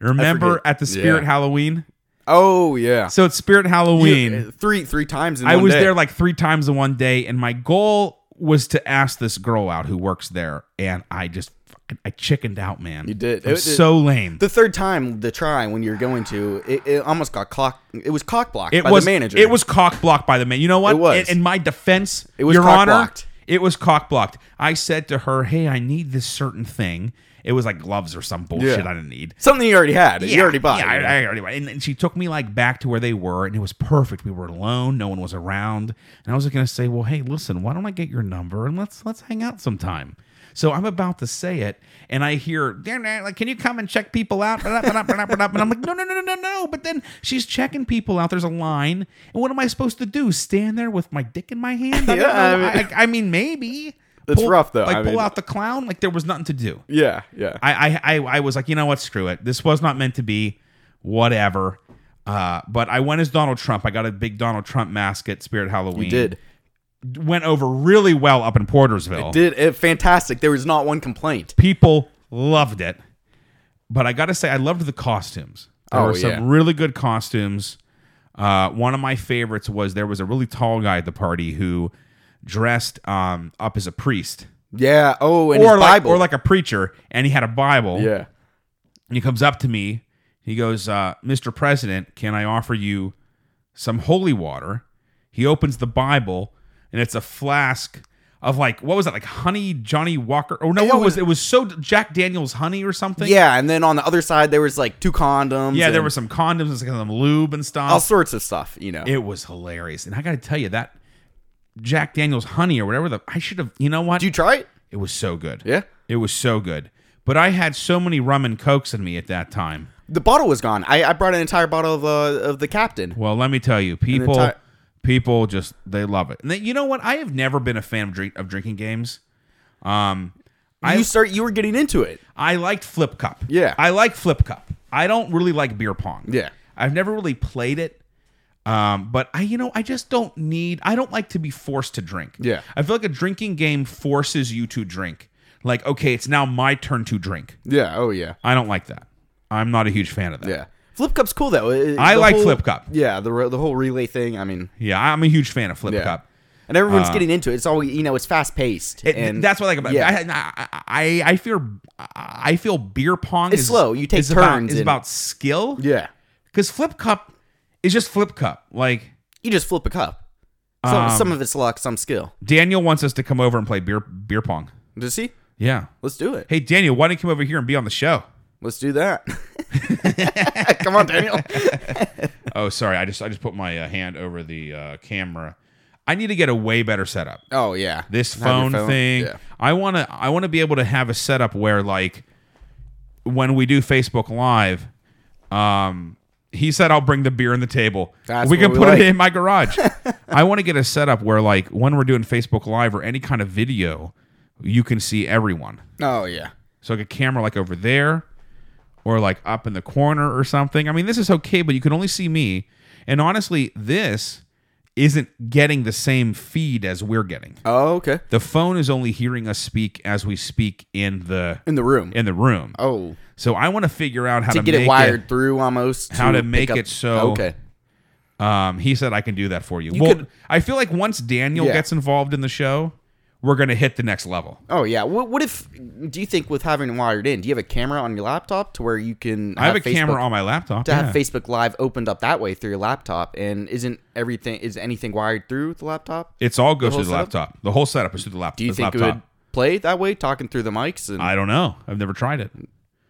[SPEAKER 1] Remember
[SPEAKER 2] forget.
[SPEAKER 1] at the Spirit
[SPEAKER 2] Yeah.
[SPEAKER 1] Halloween?
[SPEAKER 2] Oh yeah.
[SPEAKER 1] So it's Spirit Halloween.
[SPEAKER 2] Uh, Three three times in
[SPEAKER 1] I
[SPEAKER 2] one
[SPEAKER 1] was
[SPEAKER 2] day.
[SPEAKER 1] there like 3 times in one day and my goal was to ask this girl out who works there and I just fucking I chickened out, man. You
[SPEAKER 2] did.
[SPEAKER 1] I'm
[SPEAKER 2] It- it-
[SPEAKER 1] so lame.
[SPEAKER 2] the third time the try when you're going to it, it almost got clock it was clock blocked
[SPEAKER 1] it
[SPEAKER 2] by
[SPEAKER 1] was
[SPEAKER 2] the manager.
[SPEAKER 1] It was cock blocked by the man. You know what?
[SPEAKER 2] It was.
[SPEAKER 1] In, in my defense,
[SPEAKER 2] It was
[SPEAKER 1] Your
[SPEAKER 2] cock
[SPEAKER 1] Honor,
[SPEAKER 2] blocked.
[SPEAKER 1] it was cock blocked. I said to her, "Hey, I need this certain thing." It was like gloves or some bullshit
[SPEAKER 2] Yeah.
[SPEAKER 1] I didn't need.
[SPEAKER 2] something you already had. you already bought.
[SPEAKER 1] Yeah,
[SPEAKER 2] it.
[SPEAKER 1] I, I already bought. it. And, and she took me like back to where they were, and it was perfect. We were alone; no one was around. And I was gonna say, "Well, hey, listen, why don't I get your number and let's let's hang out sometime?" So I'm about to say it, and I hear, "Nah, nah, like, can you come and check people out? Blah, blah, blah, blah, blah. And I'm like, no, no, no, no, no, no. But then she's checking people out. There's a line, and what am I supposed to do? Stand there with my dick in my hand? I, don't
[SPEAKER 2] Yeah, I
[SPEAKER 1] know.
[SPEAKER 2] mean-
[SPEAKER 1] I, I mean, maybe.
[SPEAKER 2] It's
[SPEAKER 1] Pull-
[SPEAKER 2] rough, though.
[SPEAKER 1] Like
[SPEAKER 2] I
[SPEAKER 1] pull
[SPEAKER 2] mean-
[SPEAKER 1] out the clown. Like there was nothing to do.
[SPEAKER 2] Yeah, yeah.
[SPEAKER 1] I, I, I, I was like, you know what? Screw it. This was not meant to be. Whatever. Uh, but I went as Donald Trump. I got a big Donald Trump mask at Spirit Halloween.
[SPEAKER 2] did
[SPEAKER 1] Went over really well up in Portersville.
[SPEAKER 2] did it fantastic. There was not one complaint.
[SPEAKER 1] People loved it. But I got to say, I loved the costumes. There
[SPEAKER 2] Oh,
[SPEAKER 1] were some
[SPEAKER 2] yeah.
[SPEAKER 1] really good costumes. Uh, one of my favorites was there was a really tall guy at the party who dressed um, up as a priest
[SPEAKER 2] Yeah. Oh, and
[SPEAKER 1] or
[SPEAKER 2] his
[SPEAKER 1] like,
[SPEAKER 2] Bible.
[SPEAKER 1] or like a preacher, and he had a Bible.
[SPEAKER 2] yeah.
[SPEAKER 1] And he comes up to me. He goes, uh, Mr. President, can I offer you some holy water? He opens the Bible and it's a flask of like, what was that? Like honey, Johnny Walker. Oh, no,
[SPEAKER 2] It
[SPEAKER 1] what
[SPEAKER 2] was-
[SPEAKER 1] was it? was so Jack Daniels honey or something.
[SPEAKER 2] Yeah, and then on the other side there was like two condoms.
[SPEAKER 1] Yeah, there
[SPEAKER 2] and
[SPEAKER 1] were some condoms and some lube and stuff.
[SPEAKER 2] all sorts of stuff. You know.
[SPEAKER 1] it was hilarious. And I got to tell you, that Jack Daniels honey or whatever the, I should have, you know what?
[SPEAKER 2] Did you try it?
[SPEAKER 1] it was so good.
[SPEAKER 2] Yeah.
[SPEAKER 1] It was so good. But I had so many rum and cokes in me at that time.
[SPEAKER 2] The bottle was gone. I, I brought an entire bottle of uh, of the captain.
[SPEAKER 1] Well, let me tell you, people,
[SPEAKER 2] ti-
[SPEAKER 1] people just they love it. And then, you know what? I have never been a fan of drink of drinking games. Um, I-
[SPEAKER 2] you start. You were getting into it.
[SPEAKER 1] I liked flip cup.
[SPEAKER 2] Yeah.
[SPEAKER 1] I like flip cup. I don't really like beer pong.
[SPEAKER 2] Yeah.
[SPEAKER 1] I've never really played it. Um, but I, you know, I just don't need. I don't like to be forced to drink.
[SPEAKER 2] Yeah.
[SPEAKER 1] I feel like a drinking game forces you to drink. Like, okay, it's now my turn to drink.
[SPEAKER 2] Yeah. Oh yeah.
[SPEAKER 1] I don't like that. I'm not a huge fan of that.
[SPEAKER 2] Yeah. Flip cup's cool though. It-
[SPEAKER 1] I
[SPEAKER 2] the
[SPEAKER 1] like
[SPEAKER 2] whole-
[SPEAKER 1] Flip Cup.
[SPEAKER 2] Yeah. The re- the whole relay thing. I mean.
[SPEAKER 1] Yeah, I'm a huge fan of flip
[SPEAKER 2] Yeah.
[SPEAKER 1] cup.
[SPEAKER 2] And everyone's getting into it. It's all you know. It's fast paced.
[SPEAKER 1] Uh. It-
[SPEAKER 2] and
[SPEAKER 1] that's what I like about
[SPEAKER 2] yeah.
[SPEAKER 1] it. I, I, I, I fear I feel beer pong
[SPEAKER 2] It's
[SPEAKER 1] is
[SPEAKER 2] slow. You take
[SPEAKER 1] is about-
[SPEAKER 2] turns
[SPEAKER 1] is
[SPEAKER 2] and-
[SPEAKER 1] about skill.
[SPEAKER 2] Yeah.
[SPEAKER 1] because flip cup is just flip cup. Like
[SPEAKER 2] You just flip a cup. Some
[SPEAKER 1] Um.
[SPEAKER 2] some of it's luck, some skill.
[SPEAKER 1] Daniel wants us to come over and play beer beer pong.
[SPEAKER 2] Does he?
[SPEAKER 1] Yeah.
[SPEAKER 2] Let's do it.
[SPEAKER 1] Hey Daniel, why don't you come over here and be on the show?
[SPEAKER 2] Let's do that. Come on, Daniel.
[SPEAKER 1] oh, sorry. I just I just put my uh, hand over the uh, camera. I need to get a way better setup.
[SPEAKER 2] Oh yeah.
[SPEAKER 1] this
[SPEAKER 2] Have your
[SPEAKER 1] phone, thing.
[SPEAKER 2] Yeah.
[SPEAKER 1] I want to I want to be able to have a setup where like when we do Facebook live, um he said I'll bring the beer and the table.
[SPEAKER 2] That's
[SPEAKER 1] we
[SPEAKER 2] what
[SPEAKER 1] can
[SPEAKER 2] we
[SPEAKER 1] put
[SPEAKER 2] like.
[SPEAKER 1] it in my garage. I want to get a setup where like when we're doing Facebook live or any kind of video, you can see everyone.
[SPEAKER 2] Oh yeah.
[SPEAKER 1] So like a camera like over there or like up in the corner or something. I mean, this is okay, but you can only see me. And honestly, this isn't getting the same feed as we're getting
[SPEAKER 2] Oh okay.
[SPEAKER 1] the phone is only hearing us speak as we speak in the
[SPEAKER 2] In the room.
[SPEAKER 1] in the room.
[SPEAKER 2] oh.
[SPEAKER 1] So I want to figure out how to,
[SPEAKER 2] To get
[SPEAKER 1] make
[SPEAKER 2] it wired through almost.
[SPEAKER 1] how to
[SPEAKER 2] pick
[SPEAKER 1] make
[SPEAKER 2] up-
[SPEAKER 1] it so-
[SPEAKER 2] Okay.
[SPEAKER 1] Um, he said I can do that for you. well,
[SPEAKER 2] could-
[SPEAKER 1] I feel like once Daniel
[SPEAKER 2] Yeah.
[SPEAKER 1] gets involved in the show, we're gonna hit the next level.
[SPEAKER 2] Oh yeah. What, what if? Do you think with having it wired in, do you have a camera on your laptop to where you can?
[SPEAKER 1] I have a
[SPEAKER 2] Facebook,
[SPEAKER 1] camera on my laptop.
[SPEAKER 2] To
[SPEAKER 1] yeah.
[SPEAKER 2] have Facebook Live opened up that way through your laptop, and isn't everything is anything wired through the laptop?
[SPEAKER 1] it's all goes
[SPEAKER 2] whole
[SPEAKER 1] through the
[SPEAKER 2] setup?
[SPEAKER 1] laptop. The whole setup is through the laptop.
[SPEAKER 2] Do you think
[SPEAKER 1] laptop.
[SPEAKER 2] it would play that way, talking through the mics? And
[SPEAKER 1] I don't know. I've never tried it.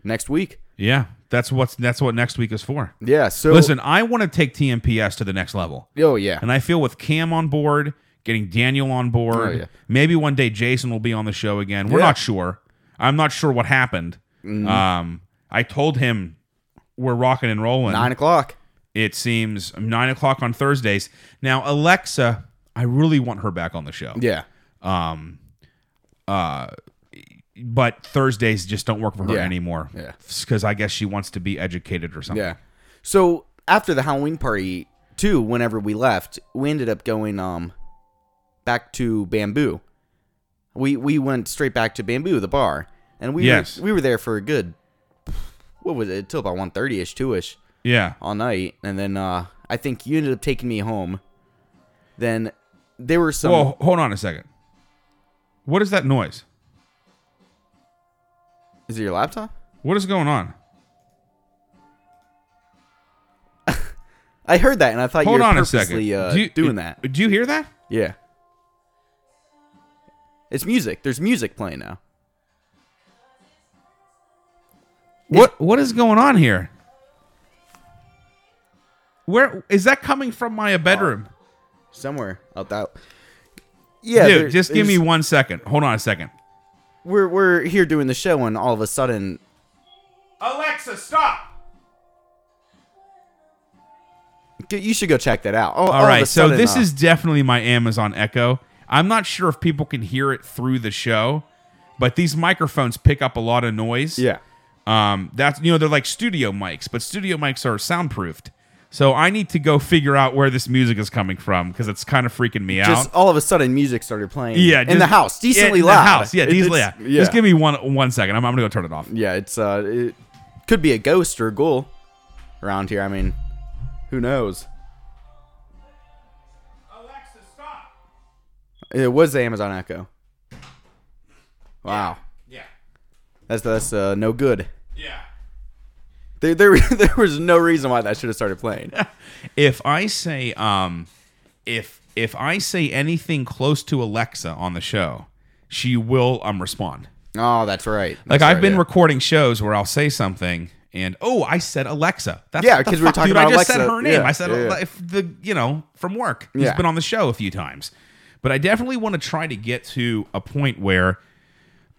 [SPEAKER 2] next week,
[SPEAKER 1] Yeah, that's what's that's what next week is for.
[SPEAKER 2] yeah. So
[SPEAKER 1] Listen, I want to take TMPS to the next level.
[SPEAKER 2] Oh yeah.
[SPEAKER 1] And I feel with Cam on board, getting Daniel on board,
[SPEAKER 2] Oh, yeah.
[SPEAKER 1] maybe one day Jason will be on the show again. We're
[SPEAKER 2] Yeah. Mm-hmm.
[SPEAKER 1] not sure. I'm not sure what happened. Um, I told him we're rocking and rolling.
[SPEAKER 2] Nine o'clock.
[SPEAKER 1] It seems nine o'clock on Thursdays. Now, Alexa, I really want her back on the show.
[SPEAKER 2] Yeah.
[SPEAKER 1] But Thursdays just don't work for her
[SPEAKER 2] Yeah.
[SPEAKER 1] anymore.
[SPEAKER 2] Yeah.
[SPEAKER 1] Because I guess she wants to be educated or something.
[SPEAKER 2] Yeah. So after the Halloween party too, whenever we left, we ended up going um back to Bamboo. We we went straight back to Bamboo, the bar. And we
[SPEAKER 1] Yes.
[SPEAKER 2] were, we were there for a good what was it, till about one thirty ish, two ish
[SPEAKER 1] Yeah.
[SPEAKER 2] all night. And then uh I think you ended up taking me home. Then there were some
[SPEAKER 1] Well, hold on a second. What is that noise?
[SPEAKER 2] Is it your laptop?
[SPEAKER 1] What is going on?
[SPEAKER 2] I heard that and I thought
[SPEAKER 1] Hold
[SPEAKER 2] you were
[SPEAKER 1] on a second.
[SPEAKER 2] purposely uh,
[SPEAKER 1] Do you-
[SPEAKER 2] doing that.
[SPEAKER 1] Do you hear that?
[SPEAKER 2] Yeah. It's music. There's music playing now.
[SPEAKER 1] What what is going on here? Where is that coming from my bedroom?
[SPEAKER 2] somewhere out that. Yeah,
[SPEAKER 1] Dude,
[SPEAKER 2] there-
[SPEAKER 1] just give me
[SPEAKER 2] there's-
[SPEAKER 1] one second. Hold on a second.
[SPEAKER 2] we're we're here doing the show, and all of a sudden,
[SPEAKER 1] Alexa, stop.
[SPEAKER 2] you should go check that out. All,
[SPEAKER 1] All right, so this
[SPEAKER 2] uh,
[SPEAKER 1] is definitely my Amazon Echo. I'm not sure if people can hear it through the show, but these microphones pick up a lot of noise.
[SPEAKER 2] yeah.
[SPEAKER 1] Um, that's you know they're like studio mics, but studio mics are soundproofed. So I need to go figure out where this music is coming from because it's kind of freaking me
[SPEAKER 2] Just
[SPEAKER 1] out.
[SPEAKER 2] all of a sudden, music started playing.
[SPEAKER 1] Yeah,
[SPEAKER 2] in
[SPEAKER 1] just-
[SPEAKER 2] the house,
[SPEAKER 1] yeah,
[SPEAKER 2] decently
[SPEAKER 1] in
[SPEAKER 2] loud.
[SPEAKER 1] The house, yeah,
[SPEAKER 2] It-
[SPEAKER 1] decently
[SPEAKER 2] it's-
[SPEAKER 1] loud. Just give me one one second. I'm, I'm gonna go turn it off.
[SPEAKER 2] yeah, it's uh, it could be a ghost or a ghoul around here. I mean, who knows?
[SPEAKER 1] Alexa, stop.
[SPEAKER 2] It was the Amazon Echo. Wow,
[SPEAKER 1] Yeah,
[SPEAKER 2] that's that's uh, no good.
[SPEAKER 1] yeah.
[SPEAKER 2] There, there, there was no reason why that should have started playing.
[SPEAKER 1] If I say um, if if I say anything close to Alexa on the show, she will um respond.
[SPEAKER 2] Oh, that's right.
[SPEAKER 1] Like
[SPEAKER 2] That's
[SPEAKER 1] I've
[SPEAKER 2] right,
[SPEAKER 1] been
[SPEAKER 2] yeah.
[SPEAKER 1] recording shows where I'll say something and oh I said Alexa. That's
[SPEAKER 2] Yeah,
[SPEAKER 1] what the
[SPEAKER 2] 'cause we were
[SPEAKER 1] fuck,
[SPEAKER 2] talking
[SPEAKER 1] dude,
[SPEAKER 2] about
[SPEAKER 1] I just said
[SPEAKER 2] Alexa.
[SPEAKER 1] her name.
[SPEAKER 2] Yeah,
[SPEAKER 1] I said
[SPEAKER 2] yeah, yeah.
[SPEAKER 1] Ale- if the you know from work. He's
[SPEAKER 2] Yeah.
[SPEAKER 1] been on the show a few times, but I definitely want to try to get to a point where,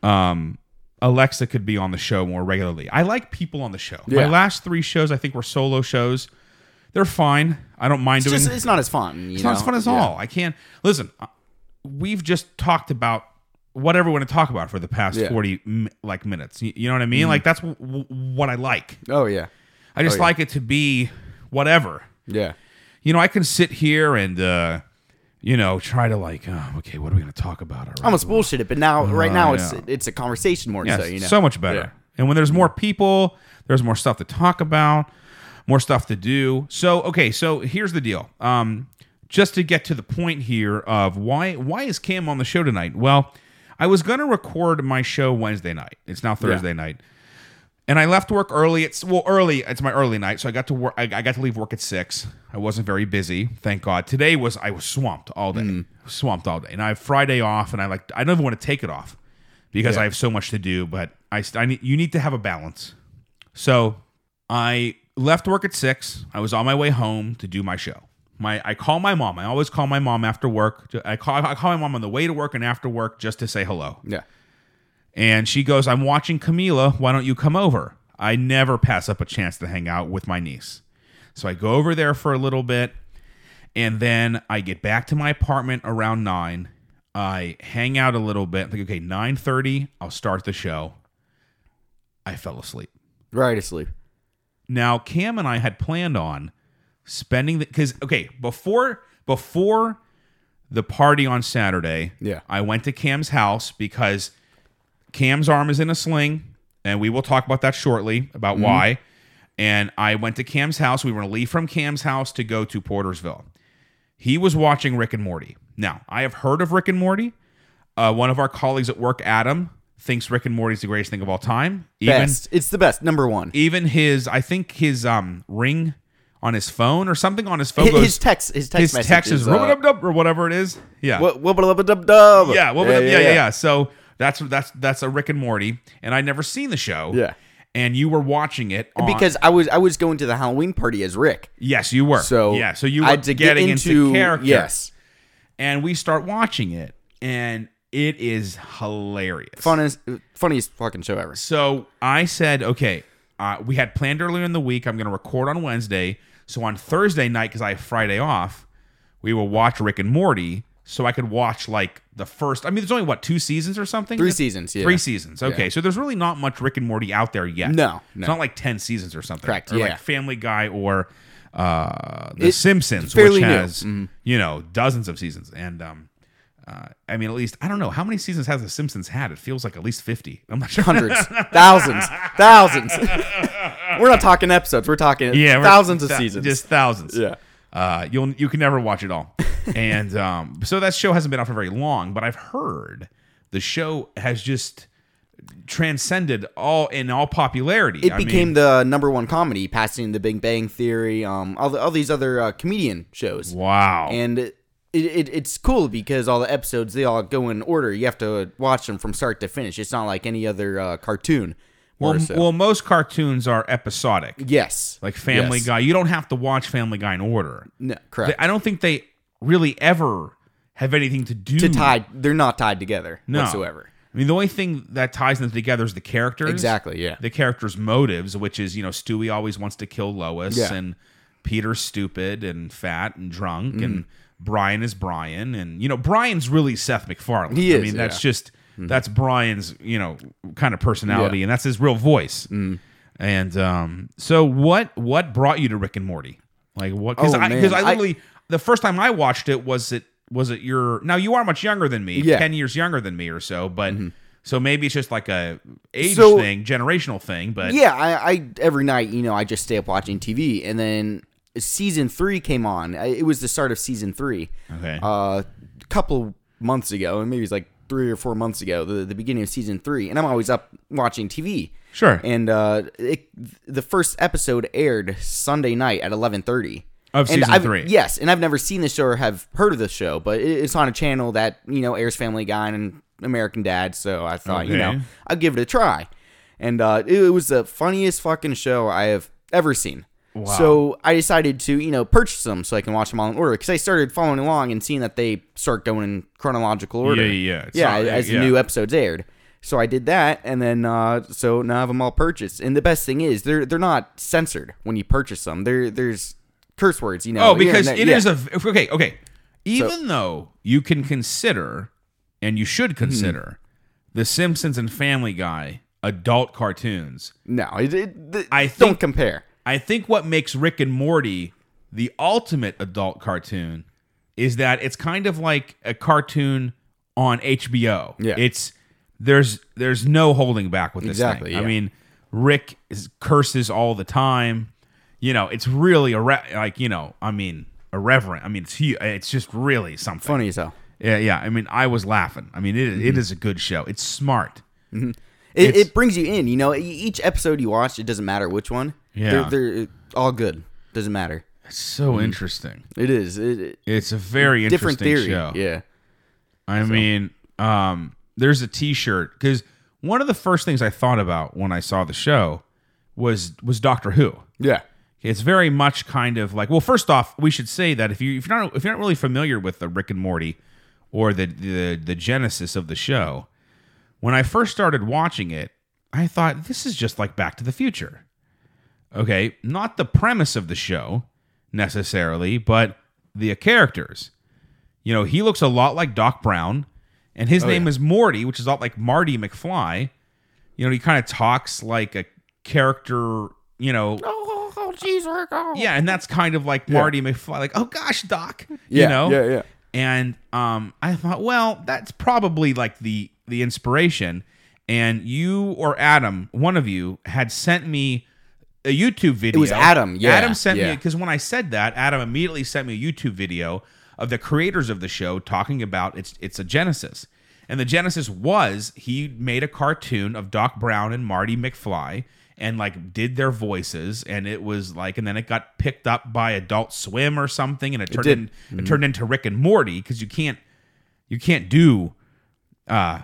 [SPEAKER 1] um, Alexa could be on the show more regularly. I like people on the show. My
[SPEAKER 2] Yeah.
[SPEAKER 1] last three shows I think were solo shows. They're fine. I don't mind
[SPEAKER 2] It's,
[SPEAKER 1] doing.
[SPEAKER 2] just, it's not as fun. You
[SPEAKER 1] It's
[SPEAKER 2] know?
[SPEAKER 1] not as fun as
[SPEAKER 2] Yeah.
[SPEAKER 1] all. I can't listen. uh, We've just talked about whatever we want to talk about for the past
[SPEAKER 2] Yeah. Mm-hmm.
[SPEAKER 1] forty m- like minutes. You, you know what I mean? Like that's w- w- what I like.
[SPEAKER 2] Oh yeah,
[SPEAKER 1] I just
[SPEAKER 2] yeah.
[SPEAKER 1] like it to be whatever.
[SPEAKER 2] yeah,
[SPEAKER 1] You know, I can sit here and uh, you know try to like oh, okay, what are we going to talk about? All right.
[SPEAKER 2] almost bullshit it. But now, right now, it's
[SPEAKER 1] Oh, yeah.
[SPEAKER 2] it's a conversation more.
[SPEAKER 1] Yes,
[SPEAKER 2] so you know,
[SPEAKER 1] much better.
[SPEAKER 2] Yeah. Mm-hmm.
[SPEAKER 1] And when there's more people, there's more stuff to talk about, more stuff to do. So okay, so here's the deal. Um, just to get to the point here of why why is Cam on the show tonight? Well, I was gonna record my show Wednesday night. It's now Thursday night. And I left work early. It's well early. It's my early night, so I got to work. I, I got to leave work at six. I wasn't very busy, thank God. Today was I was swamped all day, swamped all day. And I have Friday off, and I like I don't even want to take it off because I have so much to do. But I, st- I need, you need to have a balance. So I left work at six. I was on my way home to do my show. My I call my mom. I always call my mom after work. I call I call my mom on the way to work and after work just to say hello.
[SPEAKER 2] yeah.
[SPEAKER 1] And she goes, I'm watching Camila. Why don't you come over? I never pass up a chance to hang out with my niece. So I go over there for a little bit. And then I get back to my apartment around nine. I hang out a little bit. I'm like, okay, 9.30, I'll start the show. I fell asleep.
[SPEAKER 2] Right asleep.
[SPEAKER 1] Now, Cam and I had planned on spending the because okay before before the party on Saturday,
[SPEAKER 2] Yeah.
[SPEAKER 1] I went to Cam's house because Cam's arm is in a sling, and we will talk about that shortly about
[SPEAKER 2] Mm-hmm.
[SPEAKER 1] why. And I went to Cam's house. We were going to leave from Cam's house to go to Portersville. He was watching Rick and Morty. Now, I have heard of Rick and Morty. Uh, one of our colleagues at work, Adam, thinks Rick and Morty is the greatest thing of all time. Even
[SPEAKER 2] Best. it's the best. Number one.
[SPEAKER 1] even his I think his um ring on his phone or something on his phone
[SPEAKER 2] His,
[SPEAKER 1] goes
[SPEAKER 2] his text. His text.
[SPEAKER 1] his
[SPEAKER 2] message
[SPEAKER 1] text is
[SPEAKER 2] is. Uh,
[SPEAKER 1] "Rub-a-dub-dub," or whatever it is. Yeah.
[SPEAKER 2] what? What? What? Dub. Dub.
[SPEAKER 1] yeah, well, yeah, yeah, yeah, So that's that's that's a Rick and Morty and I'd never seen the show.
[SPEAKER 2] Yeah.
[SPEAKER 1] And you were watching it on,
[SPEAKER 2] Because I was I was going to the Halloween party as Rick.
[SPEAKER 1] yes, you were.
[SPEAKER 2] So
[SPEAKER 1] yeah, so you
[SPEAKER 2] I
[SPEAKER 1] were
[SPEAKER 2] had to get
[SPEAKER 1] getting into, character.
[SPEAKER 2] Yes.
[SPEAKER 1] And we start watching it and it is hilarious.
[SPEAKER 2] Funnest funniest fucking show ever.
[SPEAKER 1] So I said, okay, uh, we had planned earlier in the week. I'm going to record on Wednesday. So on Thursday night, because I have Friday off, we will watch Rick and Morty. So I could watch like the first. I mean, there's only what two seasons or something.
[SPEAKER 2] Three seasons, yeah.
[SPEAKER 1] Three seasons. Okay, so there's really not much Rick and Morty out there yet.
[SPEAKER 2] No,
[SPEAKER 1] it's
[SPEAKER 2] no.
[SPEAKER 1] not like ten seasons or something.
[SPEAKER 2] Correct,
[SPEAKER 1] Or
[SPEAKER 2] yeah.
[SPEAKER 1] like Family Guy or uh, The
[SPEAKER 2] It's
[SPEAKER 1] Simpsons,
[SPEAKER 2] fairly
[SPEAKER 1] which
[SPEAKER 2] new. Mm-hmm.
[SPEAKER 1] has you know dozens of seasons. And um, uh, I mean, at least I don't know how many seasons has The Simpsons had. It feels like at least fifty. I'm not sure.
[SPEAKER 2] Hundreds. thousands. Thousands. we're not talking episodes. We're talking
[SPEAKER 1] yeah, we're-
[SPEAKER 2] thousands of
[SPEAKER 1] thou-
[SPEAKER 2] seasons.
[SPEAKER 1] just thousands.
[SPEAKER 2] Yeah.
[SPEAKER 1] uh, you'll you can never watch it all, and um, so that show hasn't been out for very long. But I've heard the show has just transcended all in all popularity.
[SPEAKER 2] it
[SPEAKER 1] I
[SPEAKER 2] became
[SPEAKER 1] mean,
[SPEAKER 2] the number one comedy, passing The Big Bang Theory, um, all, the, all these other uh, comedian shows,
[SPEAKER 1] wow.
[SPEAKER 2] and it, it it's cool because all the episodes they all go in order. You have to watch them from start to finish. It's not like any other uh, cartoon.
[SPEAKER 1] well,
[SPEAKER 2] or
[SPEAKER 1] m-
[SPEAKER 2] so.
[SPEAKER 1] well, most cartoons are episodic,
[SPEAKER 2] yes,
[SPEAKER 1] like Family
[SPEAKER 2] Yes.
[SPEAKER 1] Guy. You don't have to watch Family Guy in order.
[SPEAKER 2] No,
[SPEAKER 1] They-
[SPEAKER 2] correct.
[SPEAKER 1] I don't think they really ever have anything to do
[SPEAKER 2] to tied, they're not tied together
[SPEAKER 1] Hmm. No.
[SPEAKER 2] whatsoever.
[SPEAKER 1] I mean, the only thing that ties them together is the characters.
[SPEAKER 2] Exactly, yeah.
[SPEAKER 1] The characters' motives, which is, you know, Stewie always wants to kill Lois
[SPEAKER 2] Yeah.
[SPEAKER 1] and Peter's stupid and fat and drunk
[SPEAKER 2] Mm.
[SPEAKER 1] and Brian is Brian and you know, Brian's really Seth MacFarlane.
[SPEAKER 2] He
[SPEAKER 1] I
[SPEAKER 2] is,
[SPEAKER 1] mean, that's
[SPEAKER 2] yeah. Mm-hmm.
[SPEAKER 1] just that's Brian's, you know, kind of personality and that's his real voice.
[SPEAKER 2] Mm.
[SPEAKER 1] And um so what what brought you to Rick and Morty? Like what cuz
[SPEAKER 2] Oh,
[SPEAKER 1] I
[SPEAKER 2] man,
[SPEAKER 1] cuz I
[SPEAKER 2] I-
[SPEAKER 1] literally the first time I watched it was it was it your now you are much younger than me,
[SPEAKER 2] Yeah. Mm-hmm.
[SPEAKER 1] 10 years younger than me or so, but so maybe it's just like a age
[SPEAKER 2] So-
[SPEAKER 1] thing, generational thing, but
[SPEAKER 2] Yeah, I, I every night, you know, I just stay up watching TV, and then season three came on. I- It was the start of season three.
[SPEAKER 1] Okay.
[SPEAKER 2] Uh, a couple months ago, and maybe it's like three or four months ago, the, the beginning of season three, and I'm always up watching TV.
[SPEAKER 1] Sure.
[SPEAKER 2] And uh, it, the first episode aired Sunday night at 11:30.
[SPEAKER 1] Of
[SPEAKER 2] And
[SPEAKER 1] season
[SPEAKER 2] I've-
[SPEAKER 1] three.
[SPEAKER 2] Yes, and I've never seen the show or have heard of the show, but it- it's on a channel that you know airs Family Guy and American Dad. So I thought, you know,
[SPEAKER 1] Okay.
[SPEAKER 2] I'll give it a try. And uh, it was the funniest fucking show I have ever seen. So I decided to, you know, purchase them so I can watch them all in order because I started following along and seeing that they start going in chronological order.
[SPEAKER 1] Yeah, yeah, yeah. It's
[SPEAKER 2] yeah.
[SPEAKER 1] not-
[SPEAKER 2] as
[SPEAKER 1] yeah.
[SPEAKER 2] new episodes aired. So I did that, and then uh, so now I have them all purchased. And the best thing is they're they're not censored when you purchase them. There there's curse words, you know.
[SPEAKER 1] Oh, because
[SPEAKER 2] it is
[SPEAKER 1] it is a okay, okay. Even though you can consider and you
[SPEAKER 2] Mm-hmm.
[SPEAKER 1] should consider The Simpsons and Family Guy adult cartoons,
[SPEAKER 2] no. It, it, th-
[SPEAKER 1] I
[SPEAKER 2] don't
[SPEAKER 1] think-
[SPEAKER 2] compare.
[SPEAKER 1] I think what makes Rick and Morty the ultimate adult cartoon is that it's kind of like a cartoon on HBO.
[SPEAKER 2] Yeah.
[SPEAKER 1] It's there's there's no holding back with this
[SPEAKER 2] Exactly,
[SPEAKER 1] thing. I
[SPEAKER 2] yeah.
[SPEAKER 1] mean, Rick is, curses all the time. You know, it's really irre- like you know, I mean, irreverent. I mean, it's hu- it's just really something.
[SPEAKER 2] Funny as hell.
[SPEAKER 1] Yeah, yeah. I mean, I was laughing. I mean, it,
[SPEAKER 2] Mm-hmm.
[SPEAKER 1] it is a good show. It's smart.
[SPEAKER 2] It,
[SPEAKER 1] It's-
[SPEAKER 2] it brings you in, you know. E- Each episode you watch, it doesn't matter which one.
[SPEAKER 1] Yeah.
[SPEAKER 2] they're, they're all good. Doesn't matter.
[SPEAKER 1] It's so interesting.
[SPEAKER 2] It is. It, it,
[SPEAKER 1] Mm-hmm. It's a very
[SPEAKER 2] different
[SPEAKER 1] interesting show.
[SPEAKER 2] theory. Yeah.
[SPEAKER 1] I mean, um, there's a T-shirt because one of the first things I thought about when I saw the show was was Doctor Who.
[SPEAKER 2] Yeah.
[SPEAKER 1] It's very much kind of like well, first off, we should say that if you if you're not if you're not really familiar with the Rick and Morty or the the the genesis of the show, when I first started watching it, I thought this is just like Back to the Future. Okay, not the premise of the show necessarily, but the characters. You know, he looks a lot like Doc Brown, and his name is Morty, which is a lot like Marty McFly. You know, he kind of talks like a character. You know,
[SPEAKER 2] Oh, oh, jeez, Rick.
[SPEAKER 1] yeah, and that's kind of like Marty McFly, like, oh gosh, Doc. you
[SPEAKER 2] Yeah,
[SPEAKER 1] know?
[SPEAKER 2] yeah, yeah.
[SPEAKER 1] And um, I thought, well, that's probably like the the inspiration. And you or Adam, one of you, had sent me a YouTube video. It
[SPEAKER 2] was Adam, yeah,
[SPEAKER 1] Adam sent me
[SPEAKER 2] yeah.
[SPEAKER 1] because when I said that, Adam immediately sent me a YouTube video of the creators of the show talking about it's it's a Genesis. And the Genesis was he made a cartoon of Doc Brown and Marty McFly and like did their voices and it was like and then it got picked up by Adult Swim or something and it turned
[SPEAKER 2] did. Mm-hmm.
[SPEAKER 1] in, it turned into Rick and Morty because you can't you can't do uh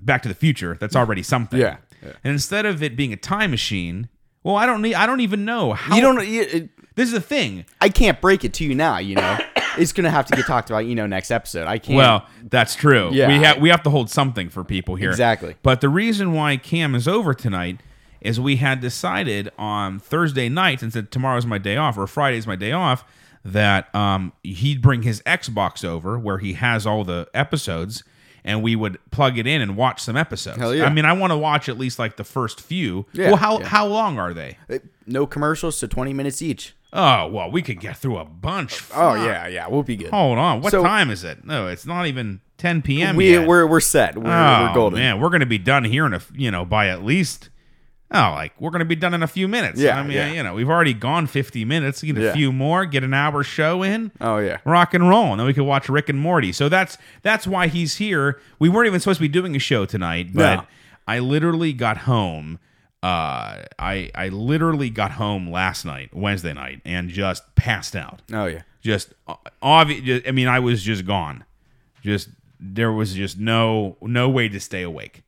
[SPEAKER 1] Back to the Future. That's already something.
[SPEAKER 2] Yeah, yeah.
[SPEAKER 1] And instead of it being a time machine, well, I don't need I don't even know how
[SPEAKER 2] You don't. You, it,
[SPEAKER 1] this is the thing.
[SPEAKER 2] I can't break it to you now. You know, it's gonna have to get talked about. You know, next episode. I can't.
[SPEAKER 1] Well, that's true.
[SPEAKER 2] Yeah.
[SPEAKER 1] We have we have to hold something for people here.
[SPEAKER 2] Exactly.
[SPEAKER 1] But the reason why Cam is over tonight is we had decided on Thursday night, and said tomorrow's my day off or Friday's my day off, that um, he'd bring his Xbox over where he has all the episodes, and we would plug it in and watch some episodes.
[SPEAKER 2] Hell yeah.
[SPEAKER 1] I mean, I want to watch at least like the first few.
[SPEAKER 2] Yeah,
[SPEAKER 1] well, how
[SPEAKER 2] yeah.
[SPEAKER 1] how long are they?
[SPEAKER 2] Uh, no commercials, so twenty minutes each.
[SPEAKER 1] Oh well, we could get through a bunch.
[SPEAKER 2] Oh
[SPEAKER 1] Fuck.
[SPEAKER 2] yeah, yeah, we'll be good.
[SPEAKER 1] Hold on. What
[SPEAKER 2] So-
[SPEAKER 1] time is it? No, it's not even 10 p.m.
[SPEAKER 2] we
[SPEAKER 1] yet.
[SPEAKER 2] we're we're set. We're,
[SPEAKER 1] Oh,
[SPEAKER 2] we're golden.
[SPEAKER 1] man, we're gonna be done here in a you know by at least oh like we're gonna be done in a few minutes.
[SPEAKER 2] Yeah,
[SPEAKER 1] I mean
[SPEAKER 2] yeah.
[SPEAKER 1] you know we've already gone fifty minutes. Get a
[SPEAKER 2] Yeah.
[SPEAKER 1] few more, get an hour show in.
[SPEAKER 2] Oh yeah.
[SPEAKER 1] Rock and roll, and then we could watch Rick and Morty. So that's that's why he's here. We weren't even supposed to be doing a show tonight, but
[SPEAKER 2] No.
[SPEAKER 1] I literally got home. Uh, I I literally got home last night, Wednesday night, and just passed out
[SPEAKER 2] Oh yeah.
[SPEAKER 1] just obvious. I mean, I was just gone. Just there was just no no way to stay awake.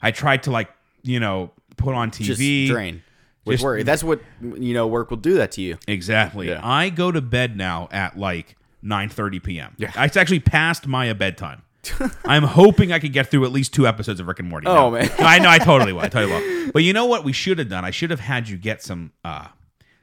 [SPEAKER 1] I tried to like you know put on TV.
[SPEAKER 2] Just drain with
[SPEAKER 1] Just-
[SPEAKER 2] worry. That's what you know. Work will do that to you.
[SPEAKER 1] Exactly.
[SPEAKER 2] Yeah.
[SPEAKER 1] I go to bed now at like 9:30 p.m.
[SPEAKER 2] Yeah.
[SPEAKER 1] It's actually past my uh, bedtime. I'm hoping I could get through at least two episodes of Rick and Morty.
[SPEAKER 2] Oh,
[SPEAKER 1] No.
[SPEAKER 2] man.
[SPEAKER 1] No, I know I totally will. I totally will. But you know what we should have done? I should have had you get some uh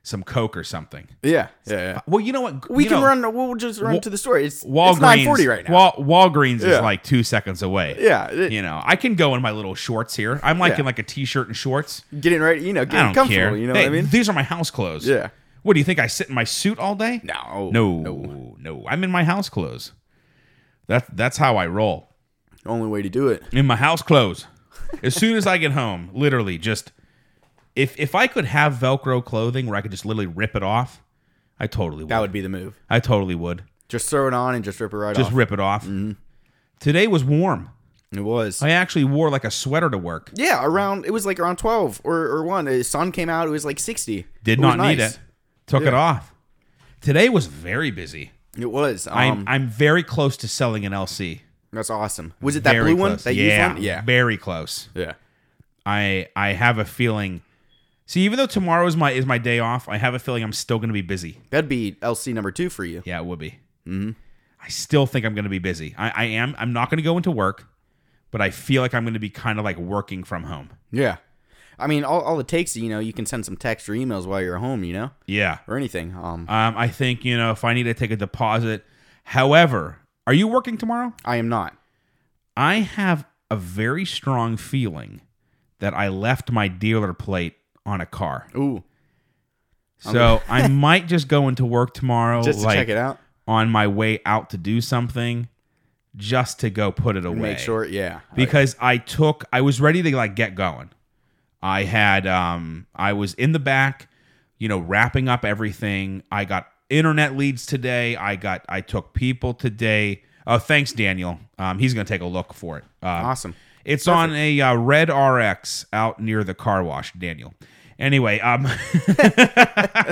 [SPEAKER 1] some Coke or something.
[SPEAKER 2] Yeah, yeah, yeah.
[SPEAKER 1] Well, you know what? uh,
[SPEAKER 2] We
[SPEAKER 1] You
[SPEAKER 2] can
[SPEAKER 1] know,
[SPEAKER 2] run. We'll just run
[SPEAKER 1] Wa-
[SPEAKER 2] to the store. It's
[SPEAKER 1] Walgreens.
[SPEAKER 2] it's nine forty right now.
[SPEAKER 1] Wal- Walgreens
[SPEAKER 2] Yeah.
[SPEAKER 1] is like two seconds away.
[SPEAKER 2] yeah, uh, it-
[SPEAKER 1] You know, I can go in my little shorts here. I'm like
[SPEAKER 2] Yeah.
[SPEAKER 1] in like a t-shirt and shorts.
[SPEAKER 2] getting right. You know,
[SPEAKER 1] I
[SPEAKER 2] getting
[SPEAKER 1] don't
[SPEAKER 2] comfortable.
[SPEAKER 1] care.
[SPEAKER 2] You know
[SPEAKER 1] Hey,
[SPEAKER 2] what I mean?
[SPEAKER 1] These are my house clothes.
[SPEAKER 2] Yeah.
[SPEAKER 1] What do you think? I sit in my suit all day?
[SPEAKER 2] No,
[SPEAKER 1] No, no, I'm in my house clothes. That that's how I roll.
[SPEAKER 2] Only way to do it.
[SPEAKER 1] In my house clothes. As soon as I get home, literally just if if I could have Velcro clothing where I could just literally rip it off, I totally would.
[SPEAKER 2] That would be the move.
[SPEAKER 1] I totally would.
[SPEAKER 2] Just throw it on and just rip it right
[SPEAKER 1] Just
[SPEAKER 2] off. Mm-hmm.
[SPEAKER 1] rip it off. Today was warm.
[SPEAKER 2] it was.
[SPEAKER 1] I actually wore like a sweater to work.
[SPEAKER 2] yeah, around it was like around twelve or, or one. The sun came out. It was like sixty.
[SPEAKER 1] Did
[SPEAKER 2] It was
[SPEAKER 1] not need
[SPEAKER 2] nice.
[SPEAKER 1] it. Took it off. Today was very busy.
[SPEAKER 2] It was. Um,
[SPEAKER 1] I'm I'm very close to selling an LC.
[SPEAKER 2] that's awesome. Was it that
[SPEAKER 1] Very
[SPEAKER 2] blue one?
[SPEAKER 1] close.
[SPEAKER 2] That used
[SPEAKER 1] yeah,
[SPEAKER 2] one? Yeah.
[SPEAKER 1] very close.
[SPEAKER 2] Yeah.
[SPEAKER 1] I I have a feeling. See, even though tomorrow is my is my day off, I have a feeling I'm still going to be busy.
[SPEAKER 2] That'd be LC number two for you.
[SPEAKER 1] Yeah, it would be. Mm-hmm. I still think I'm going to be busy. I, I am. I'm not going to go into work, but I feel like I'm going to be kind of like working from home.
[SPEAKER 2] Yeah. I mean, all, all it takes, you know, you can send some text or emails while you're home, you know,
[SPEAKER 1] Yeah.
[SPEAKER 2] or anything. Um,
[SPEAKER 1] Um. I think you know if I need to take a deposit. However, are you working tomorrow?
[SPEAKER 2] I am not.
[SPEAKER 1] I have a very strong feeling that I left my dealer plate on a car.
[SPEAKER 2] Ooh,
[SPEAKER 1] So I might just go into work tomorrow.
[SPEAKER 2] just to
[SPEAKER 1] like,
[SPEAKER 2] check it out,
[SPEAKER 1] on my way out to do something just to go put it away.
[SPEAKER 2] make sure. Yeah,
[SPEAKER 1] Because I took I was ready to like get going. I had um I was in the back, you know, wrapping up everything. I got internet leads today. I got I took people today. Oh, thanks Daniel. Um he's going to take a look for it. Um,
[SPEAKER 2] awesome.
[SPEAKER 1] it's on a uh, red RX out near the car wash, Daniel. Anyway, um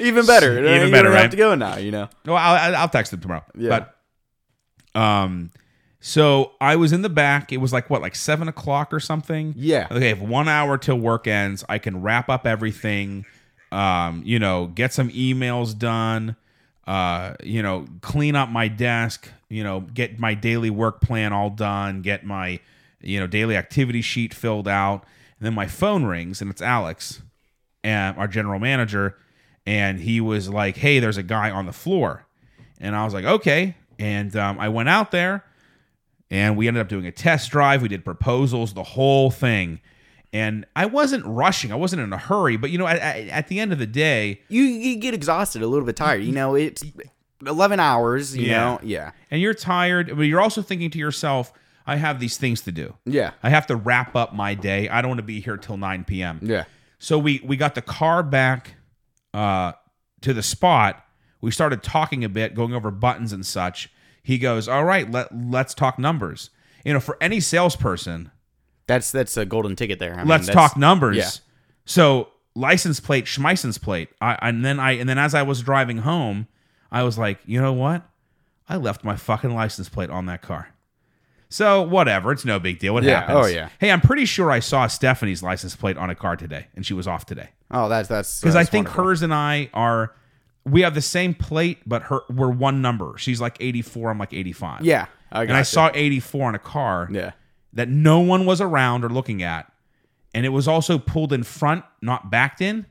[SPEAKER 2] Even better.
[SPEAKER 1] Even
[SPEAKER 2] you
[SPEAKER 1] better,
[SPEAKER 2] don't
[SPEAKER 1] right?
[SPEAKER 2] Have to go now, you know.
[SPEAKER 1] No, I'll, I'll- I'll text him tomorrow.
[SPEAKER 2] Yeah.
[SPEAKER 1] But, um, so I was in the back. It was like what, like seven o'clock or something.
[SPEAKER 2] Yeah.
[SPEAKER 1] Okay, I have one hour till work ends. I can wrap up everything. Um, you know, get some emails done. Uh, you know, clean up my desk. You know, get my daily work plan all done. Get my, you know, daily activity sheet filled out. And then my phone rings, and it's Alex and our general manager and he was like hey there's a guy on the floor and i was like okay and um, i went out there and we ended up doing a test drive we did proposals the whole thing and i wasn't rushing i wasn't in a hurry but you know at, at, at the end of the day
[SPEAKER 2] You you get exhausted, a little bit tired. You know, it's eleven hours. You
[SPEAKER 1] Yeah.
[SPEAKER 2] know, yeah,
[SPEAKER 1] and you're tired but you're also thinking to yourself i have these things to do
[SPEAKER 2] yeah,
[SPEAKER 1] i have to wrap up my day i don't want to be here till 9 p.m
[SPEAKER 2] yeah.
[SPEAKER 1] So we we got the car back uh, to the spot. We started talking a bit, going over buttons and such. He goes, "All right, let let's talk numbers." You know, for any salesperson,
[SPEAKER 2] That's that's a golden ticket there. I mean,
[SPEAKER 1] let's
[SPEAKER 2] that's-
[SPEAKER 1] talk numbers.
[SPEAKER 2] yeah.
[SPEAKER 1] So license plate, schmeissens plate. I, and then I and then as I was driving home, I was like, you know what? I left my fucking license plate on that car. So whatever, it's no big deal. It
[SPEAKER 2] Yeah.
[SPEAKER 1] happens.
[SPEAKER 2] Oh, yeah.
[SPEAKER 1] Hey, I'm pretty sure I saw Stephanie's license plate on a car today, and she was off today
[SPEAKER 2] Oh, that's that's
[SPEAKER 1] because I
[SPEAKER 2] that's
[SPEAKER 1] think
[SPEAKER 2] wonderful.
[SPEAKER 1] hers and I are we have the same plate, but her we're one number. She's like eighty four, I'm like eighty five.
[SPEAKER 2] Yeah, I
[SPEAKER 1] and I
[SPEAKER 2] gotcha.
[SPEAKER 1] saw eighty four in a car
[SPEAKER 2] Yeah,
[SPEAKER 1] that no one was around or looking at, and it was also pulled in front, not backed in.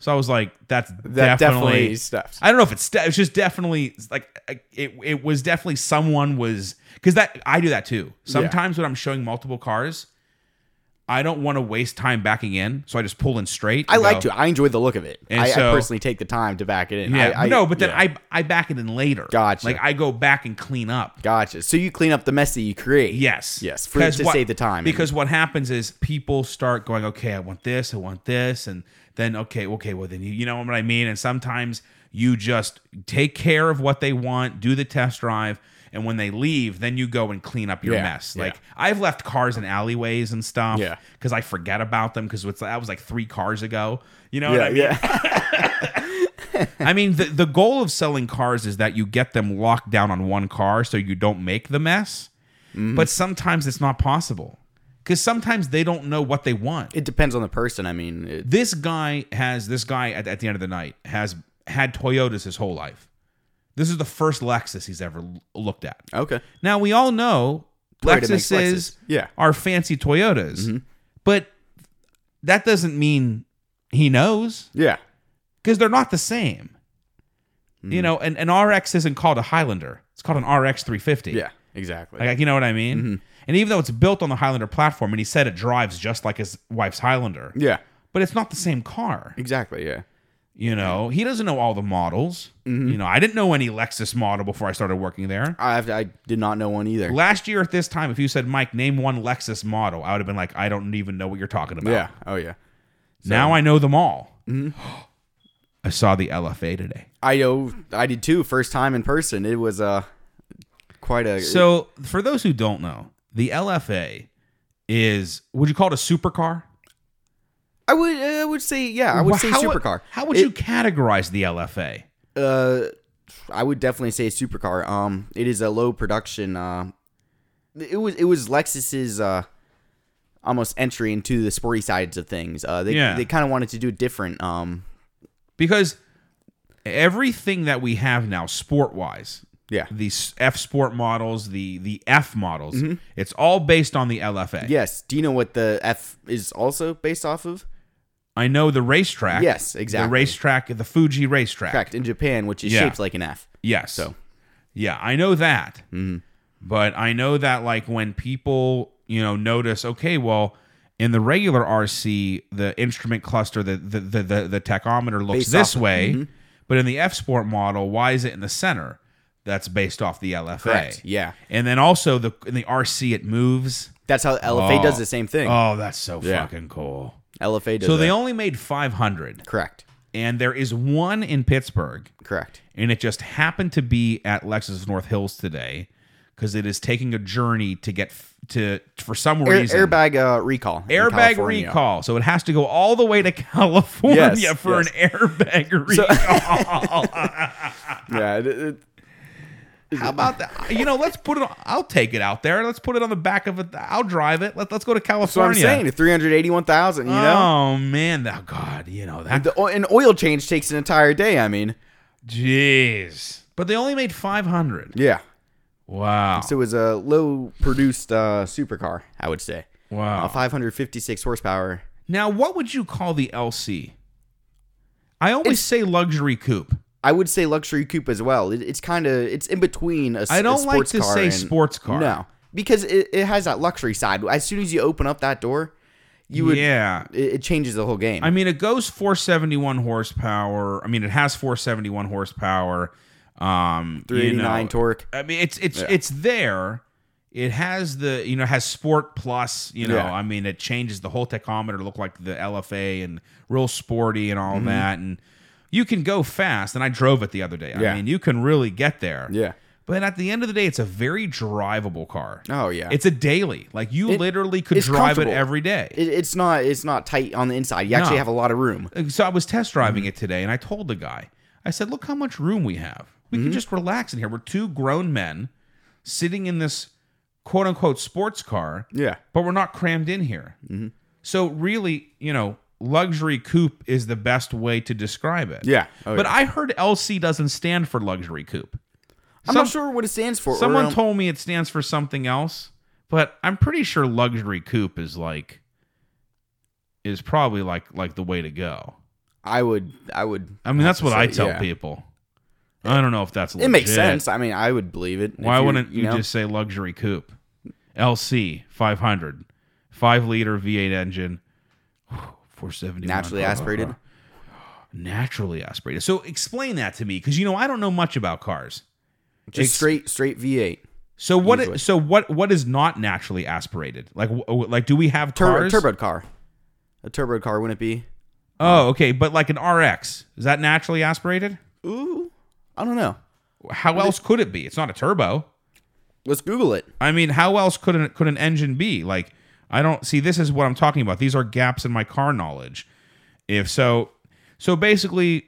[SPEAKER 1] So I was like, "That's
[SPEAKER 2] that definitely,
[SPEAKER 1] definitely."
[SPEAKER 2] stuffs.
[SPEAKER 1] I don't know if it's de- it's just definitely it's like I- it. It was definitely someone was because that I do that too. Sometimes when I'm showing multiple cars, I don't want to waste time backing in, so I just pull in straight.
[SPEAKER 2] I
[SPEAKER 1] and
[SPEAKER 2] like
[SPEAKER 1] go,
[SPEAKER 2] to. I enjoy the look of it.
[SPEAKER 1] And
[SPEAKER 2] I, I
[SPEAKER 1] so-
[SPEAKER 2] personally take the time to back it in.
[SPEAKER 1] Yeah,
[SPEAKER 2] I, I,
[SPEAKER 1] no, but then
[SPEAKER 2] yeah.
[SPEAKER 1] I I back it in later.
[SPEAKER 2] Gotcha.
[SPEAKER 1] Like I go back and clean up.
[SPEAKER 2] gotcha. So you clean up the mess that you create.
[SPEAKER 1] Yes.
[SPEAKER 2] Yes, for-
[SPEAKER 1] 'Cause
[SPEAKER 2] to save the time.
[SPEAKER 1] Because what happens is people start going, okay, I want this, I want this, and then okay, okay, well then you, you know what I mean. And sometimes you just take care of what they want, do the test drive, and when they leave, then you go and clean up your
[SPEAKER 2] Yeah,
[SPEAKER 1] mess.
[SPEAKER 2] yeah.
[SPEAKER 1] Like I've left cars in alleyways and stuff.
[SPEAKER 2] Yeah.
[SPEAKER 1] Because I forget about them because that was like three cars ago. You know what
[SPEAKER 2] Yeah,
[SPEAKER 1] I mean?
[SPEAKER 2] yeah,
[SPEAKER 1] I mean, the, the goal of selling cars is that you get them locked down on one car so you don't make the mess.
[SPEAKER 2] Mm-hmm.
[SPEAKER 1] But sometimes it's not possible because sometimes they don't know what they want.
[SPEAKER 2] it depends on the person. I mean, it,
[SPEAKER 1] This guy has, this guy at, at the end of the night has had Toyotas his whole life. This is the first Lexus he's ever l- looked at.
[SPEAKER 2] Okay.
[SPEAKER 1] Now we all know
[SPEAKER 2] Toyota makes
[SPEAKER 1] Lexuses
[SPEAKER 2] Lexus. Yeah. Mm-hmm.
[SPEAKER 1] are fancy Toyotas, but that doesn't mean he knows
[SPEAKER 2] Yeah.
[SPEAKER 1] because they're not the same.
[SPEAKER 2] Hmm.
[SPEAKER 1] You know, an, an RX isn't called a Highlander; it's called an RX 350.
[SPEAKER 2] Yeah. Mm-hmm. Exactly.
[SPEAKER 1] Like, you know what I mean? And even though it's built on the Highlander platform, and he said it drives just like his wife's Highlander,
[SPEAKER 2] yeah.
[SPEAKER 1] but it's not the same car.
[SPEAKER 2] Exactly. Yeah.
[SPEAKER 1] You know, he doesn't know all the models.
[SPEAKER 2] Mm-hmm.
[SPEAKER 1] You know, I didn't know any Lexus model before I started working there.
[SPEAKER 2] I I did not know one either.
[SPEAKER 1] Last year at this time, if you said, Mike, name one Lexus model, I would have been like, I don't even know what you're talking about.
[SPEAKER 2] Yeah. Mm-hmm. Oh yeah.
[SPEAKER 1] Now I know them all. I saw the LFA today.
[SPEAKER 2] I know. I did too. First time in person. It was uh quite a
[SPEAKER 1] So, for those who don't know, the LFA is, would you call it a supercar?
[SPEAKER 2] I would uh, I would say yeah. I would say
[SPEAKER 1] How uh,
[SPEAKER 2] supercar.
[SPEAKER 1] How would
[SPEAKER 2] It-
[SPEAKER 1] you categorize the LFA?
[SPEAKER 2] Uh, I would definitely say supercar. Um, it is a low production. Uh, it was it was Lexus's uh, almost entry into the sporty sides of things. Uh, they
[SPEAKER 1] Yeah.
[SPEAKER 2] they kind of wanted to do it different. Um,
[SPEAKER 1] Because everything that we have now, sport wise,
[SPEAKER 2] yeah.
[SPEAKER 1] the s- F Sport models, the the F models,
[SPEAKER 2] Mm-hmm.
[SPEAKER 1] it's all based on the LFA.
[SPEAKER 2] Yes. Do you know what the F is also based off of?
[SPEAKER 1] I know the racetrack.
[SPEAKER 2] Yes, exactly.
[SPEAKER 1] The racetrack, the Fuji racetrack.
[SPEAKER 2] Correct. In Japan, which is
[SPEAKER 1] Yeah.
[SPEAKER 2] shaped like an F.
[SPEAKER 1] Yes. So, yeah, I know that.
[SPEAKER 2] Mm-hmm.
[SPEAKER 1] But I know that, like, when people, you know, notice, okay, well, in the regular RC, the instrument cluster, the the the, the, the tachometer looks
[SPEAKER 2] Based
[SPEAKER 1] this
[SPEAKER 2] off of- Mm-hmm.
[SPEAKER 1] way, but in the F Sport model, why is it in the center? That's based off the LFA.
[SPEAKER 2] Correct. Yeah.
[SPEAKER 1] And then also the in the RC, it moves.
[SPEAKER 2] That's how LFA
[SPEAKER 1] Oh.
[SPEAKER 2] does the same thing.
[SPEAKER 1] Oh, that's so
[SPEAKER 2] Yeah.
[SPEAKER 1] fucking cool.
[SPEAKER 2] LFA does.
[SPEAKER 1] So they
[SPEAKER 2] that.
[SPEAKER 1] only made 500,
[SPEAKER 2] correct.
[SPEAKER 1] and there is one in Pittsburgh
[SPEAKER 2] Correct.
[SPEAKER 1] and it just happened to be at Lexus North Hills today because it is taking a journey to get f- to for some
[SPEAKER 2] Air,
[SPEAKER 1] reason
[SPEAKER 2] airbag uh, recall. in
[SPEAKER 1] airbag
[SPEAKER 2] California.
[SPEAKER 1] recall. So it has to go all the way to California
[SPEAKER 2] Yes,
[SPEAKER 1] for an airbag recall.
[SPEAKER 2] Yeah. it- it-
[SPEAKER 1] How about that? You know, let's put it. On, I'll take it out there. Let's put it on the back of it. I'll drive it. Let, let's go to
[SPEAKER 2] that's what I'm
[SPEAKER 1] California.
[SPEAKER 2] saying. Three hundred eighty-one thousand. You know.
[SPEAKER 1] Oh man, oh, God, you know that.
[SPEAKER 2] The, o- an oil change takes an entire day. I mean,
[SPEAKER 1] Jeez, but they only made five hundred.
[SPEAKER 2] yeah.
[SPEAKER 1] Wow,
[SPEAKER 2] So it was a low produced uh, supercar, I would say.
[SPEAKER 1] wow.
[SPEAKER 2] Uh, 556 horsepower.
[SPEAKER 1] Now, what would you call the LC? I always say luxury coupe.
[SPEAKER 2] I would say luxury coupe as well. It, it's kind of it's in between a. s-
[SPEAKER 1] I
[SPEAKER 2] a
[SPEAKER 1] don't like
[SPEAKER 2] sports
[SPEAKER 1] to
[SPEAKER 2] car
[SPEAKER 1] say
[SPEAKER 2] and-
[SPEAKER 1] sports car.
[SPEAKER 2] No, because it, it has that luxury side. As soon as you open up that door, you would
[SPEAKER 1] yeah.
[SPEAKER 2] it, it changes the whole game.
[SPEAKER 1] I mean, it goes 471 horsepower. I mean, it has 471 horsepower. Um, you
[SPEAKER 2] 389
[SPEAKER 1] know,
[SPEAKER 2] torque.
[SPEAKER 1] I mean, it's it's it's there. It has the you know it has Sport Plus. You know,
[SPEAKER 2] Yeah.
[SPEAKER 1] I mean, it changes the whole tachometer to look like the LFA and real sporty and
[SPEAKER 2] Mm-hmm.
[SPEAKER 1] all that. And you can go fast. And I drove it the other day. I
[SPEAKER 2] Yeah.
[SPEAKER 1] mean, you can really get there.
[SPEAKER 2] Yeah.
[SPEAKER 1] But at the end of the day, it's a very drivable car.
[SPEAKER 2] Oh yeah.
[SPEAKER 1] It's a daily. Like you literally could
[SPEAKER 2] it's
[SPEAKER 1] drive it
[SPEAKER 2] comfortable.
[SPEAKER 1] every day.
[SPEAKER 2] it, it's not it's not tight on the inside. You actually
[SPEAKER 1] No.
[SPEAKER 2] have a lot of room.
[SPEAKER 1] so I was test driving
[SPEAKER 2] Mm-hmm.
[SPEAKER 1] it today and I told the guy, I said, look how much room we have. We
[SPEAKER 2] Mm-hmm.
[SPEAKER 1] can just relax in here. We're two grown men sitting in this quote unquote sports car,
[SPEAKER 2] Yeah. Mm-hmm.
[SPEAKER 1] but we're not crammed in here. So really, you know, luxury coupe is the best way to describe it.
[SPEAKER 2] Yeah. Oh,
[SPEAKER 1] but
[SPEAKER 2] yeah.
[SPEAKER 1] I heard LC doesn't stand for luxury coupe.
[SPEAKER 2] I'm
[SPEAKER 1] Some-
[SPEAKER 2] not sure what it stands for. or,
[SPEAKER 1] Someone
[SPEAKER 2] um,
[SPEAKER 1] told me it stands for something else, but I'm pretty sure luxury coupe is like is probably like like the way to go.
[SPEAKER 2] I would I would
[SPEAKER 1] I mean, that's what I
[SPEAKER 2] say,
[SPEAKER 1] tell
[SPEAKER 2] yeah.
[SPEAKER 1] people. I don't know if that's legit.
[SPEAKER 2] It makes sense. I mean, I would believe it.
[SPEAKER 1] Why
[SPEAKER 2] If you-
[SPEAKER 1] wouldn't you,
[SPEAKER 2] you know?
[SPEAKER 1] just say luxury coupe? LC 500, 5 liter V8 engine, 470
[SPEAKER 2] Naturally aspirated?
[SPEAKER 1] Naturally aspirated. So explain that to me cuz you know I don't know much about cars.
[SPEAKER 2] just
[SPEAKER 1] ex-
[SPEAKER 2] straight straight V8
[SPEAKER 1] So what?
[SPEAKER 2] Usually.
[SPEAKER 1] So what? What is not naturally aspirated? Like, wh- like, do we have
[SPEAKER 2] turbo
[SPEAKER 1] cars?
[SPEAKER 2] turbo car? A turbo car wouldn't it be?
[SPEAKER 1] Oh, okay, but like an RX is that naturally aspirated?
[SPEAKER 2] Ooh, I don't know.
[SPEAKER 1] How else could it be? It's not a turbo.
[SPEAKER 2] Let's Google it.
[SPEAKER 1] I mean, how else could an, could an engine be? Like, I don't see. This is what I'm talking about. These are gaps in my car knowledge. If so, so basically,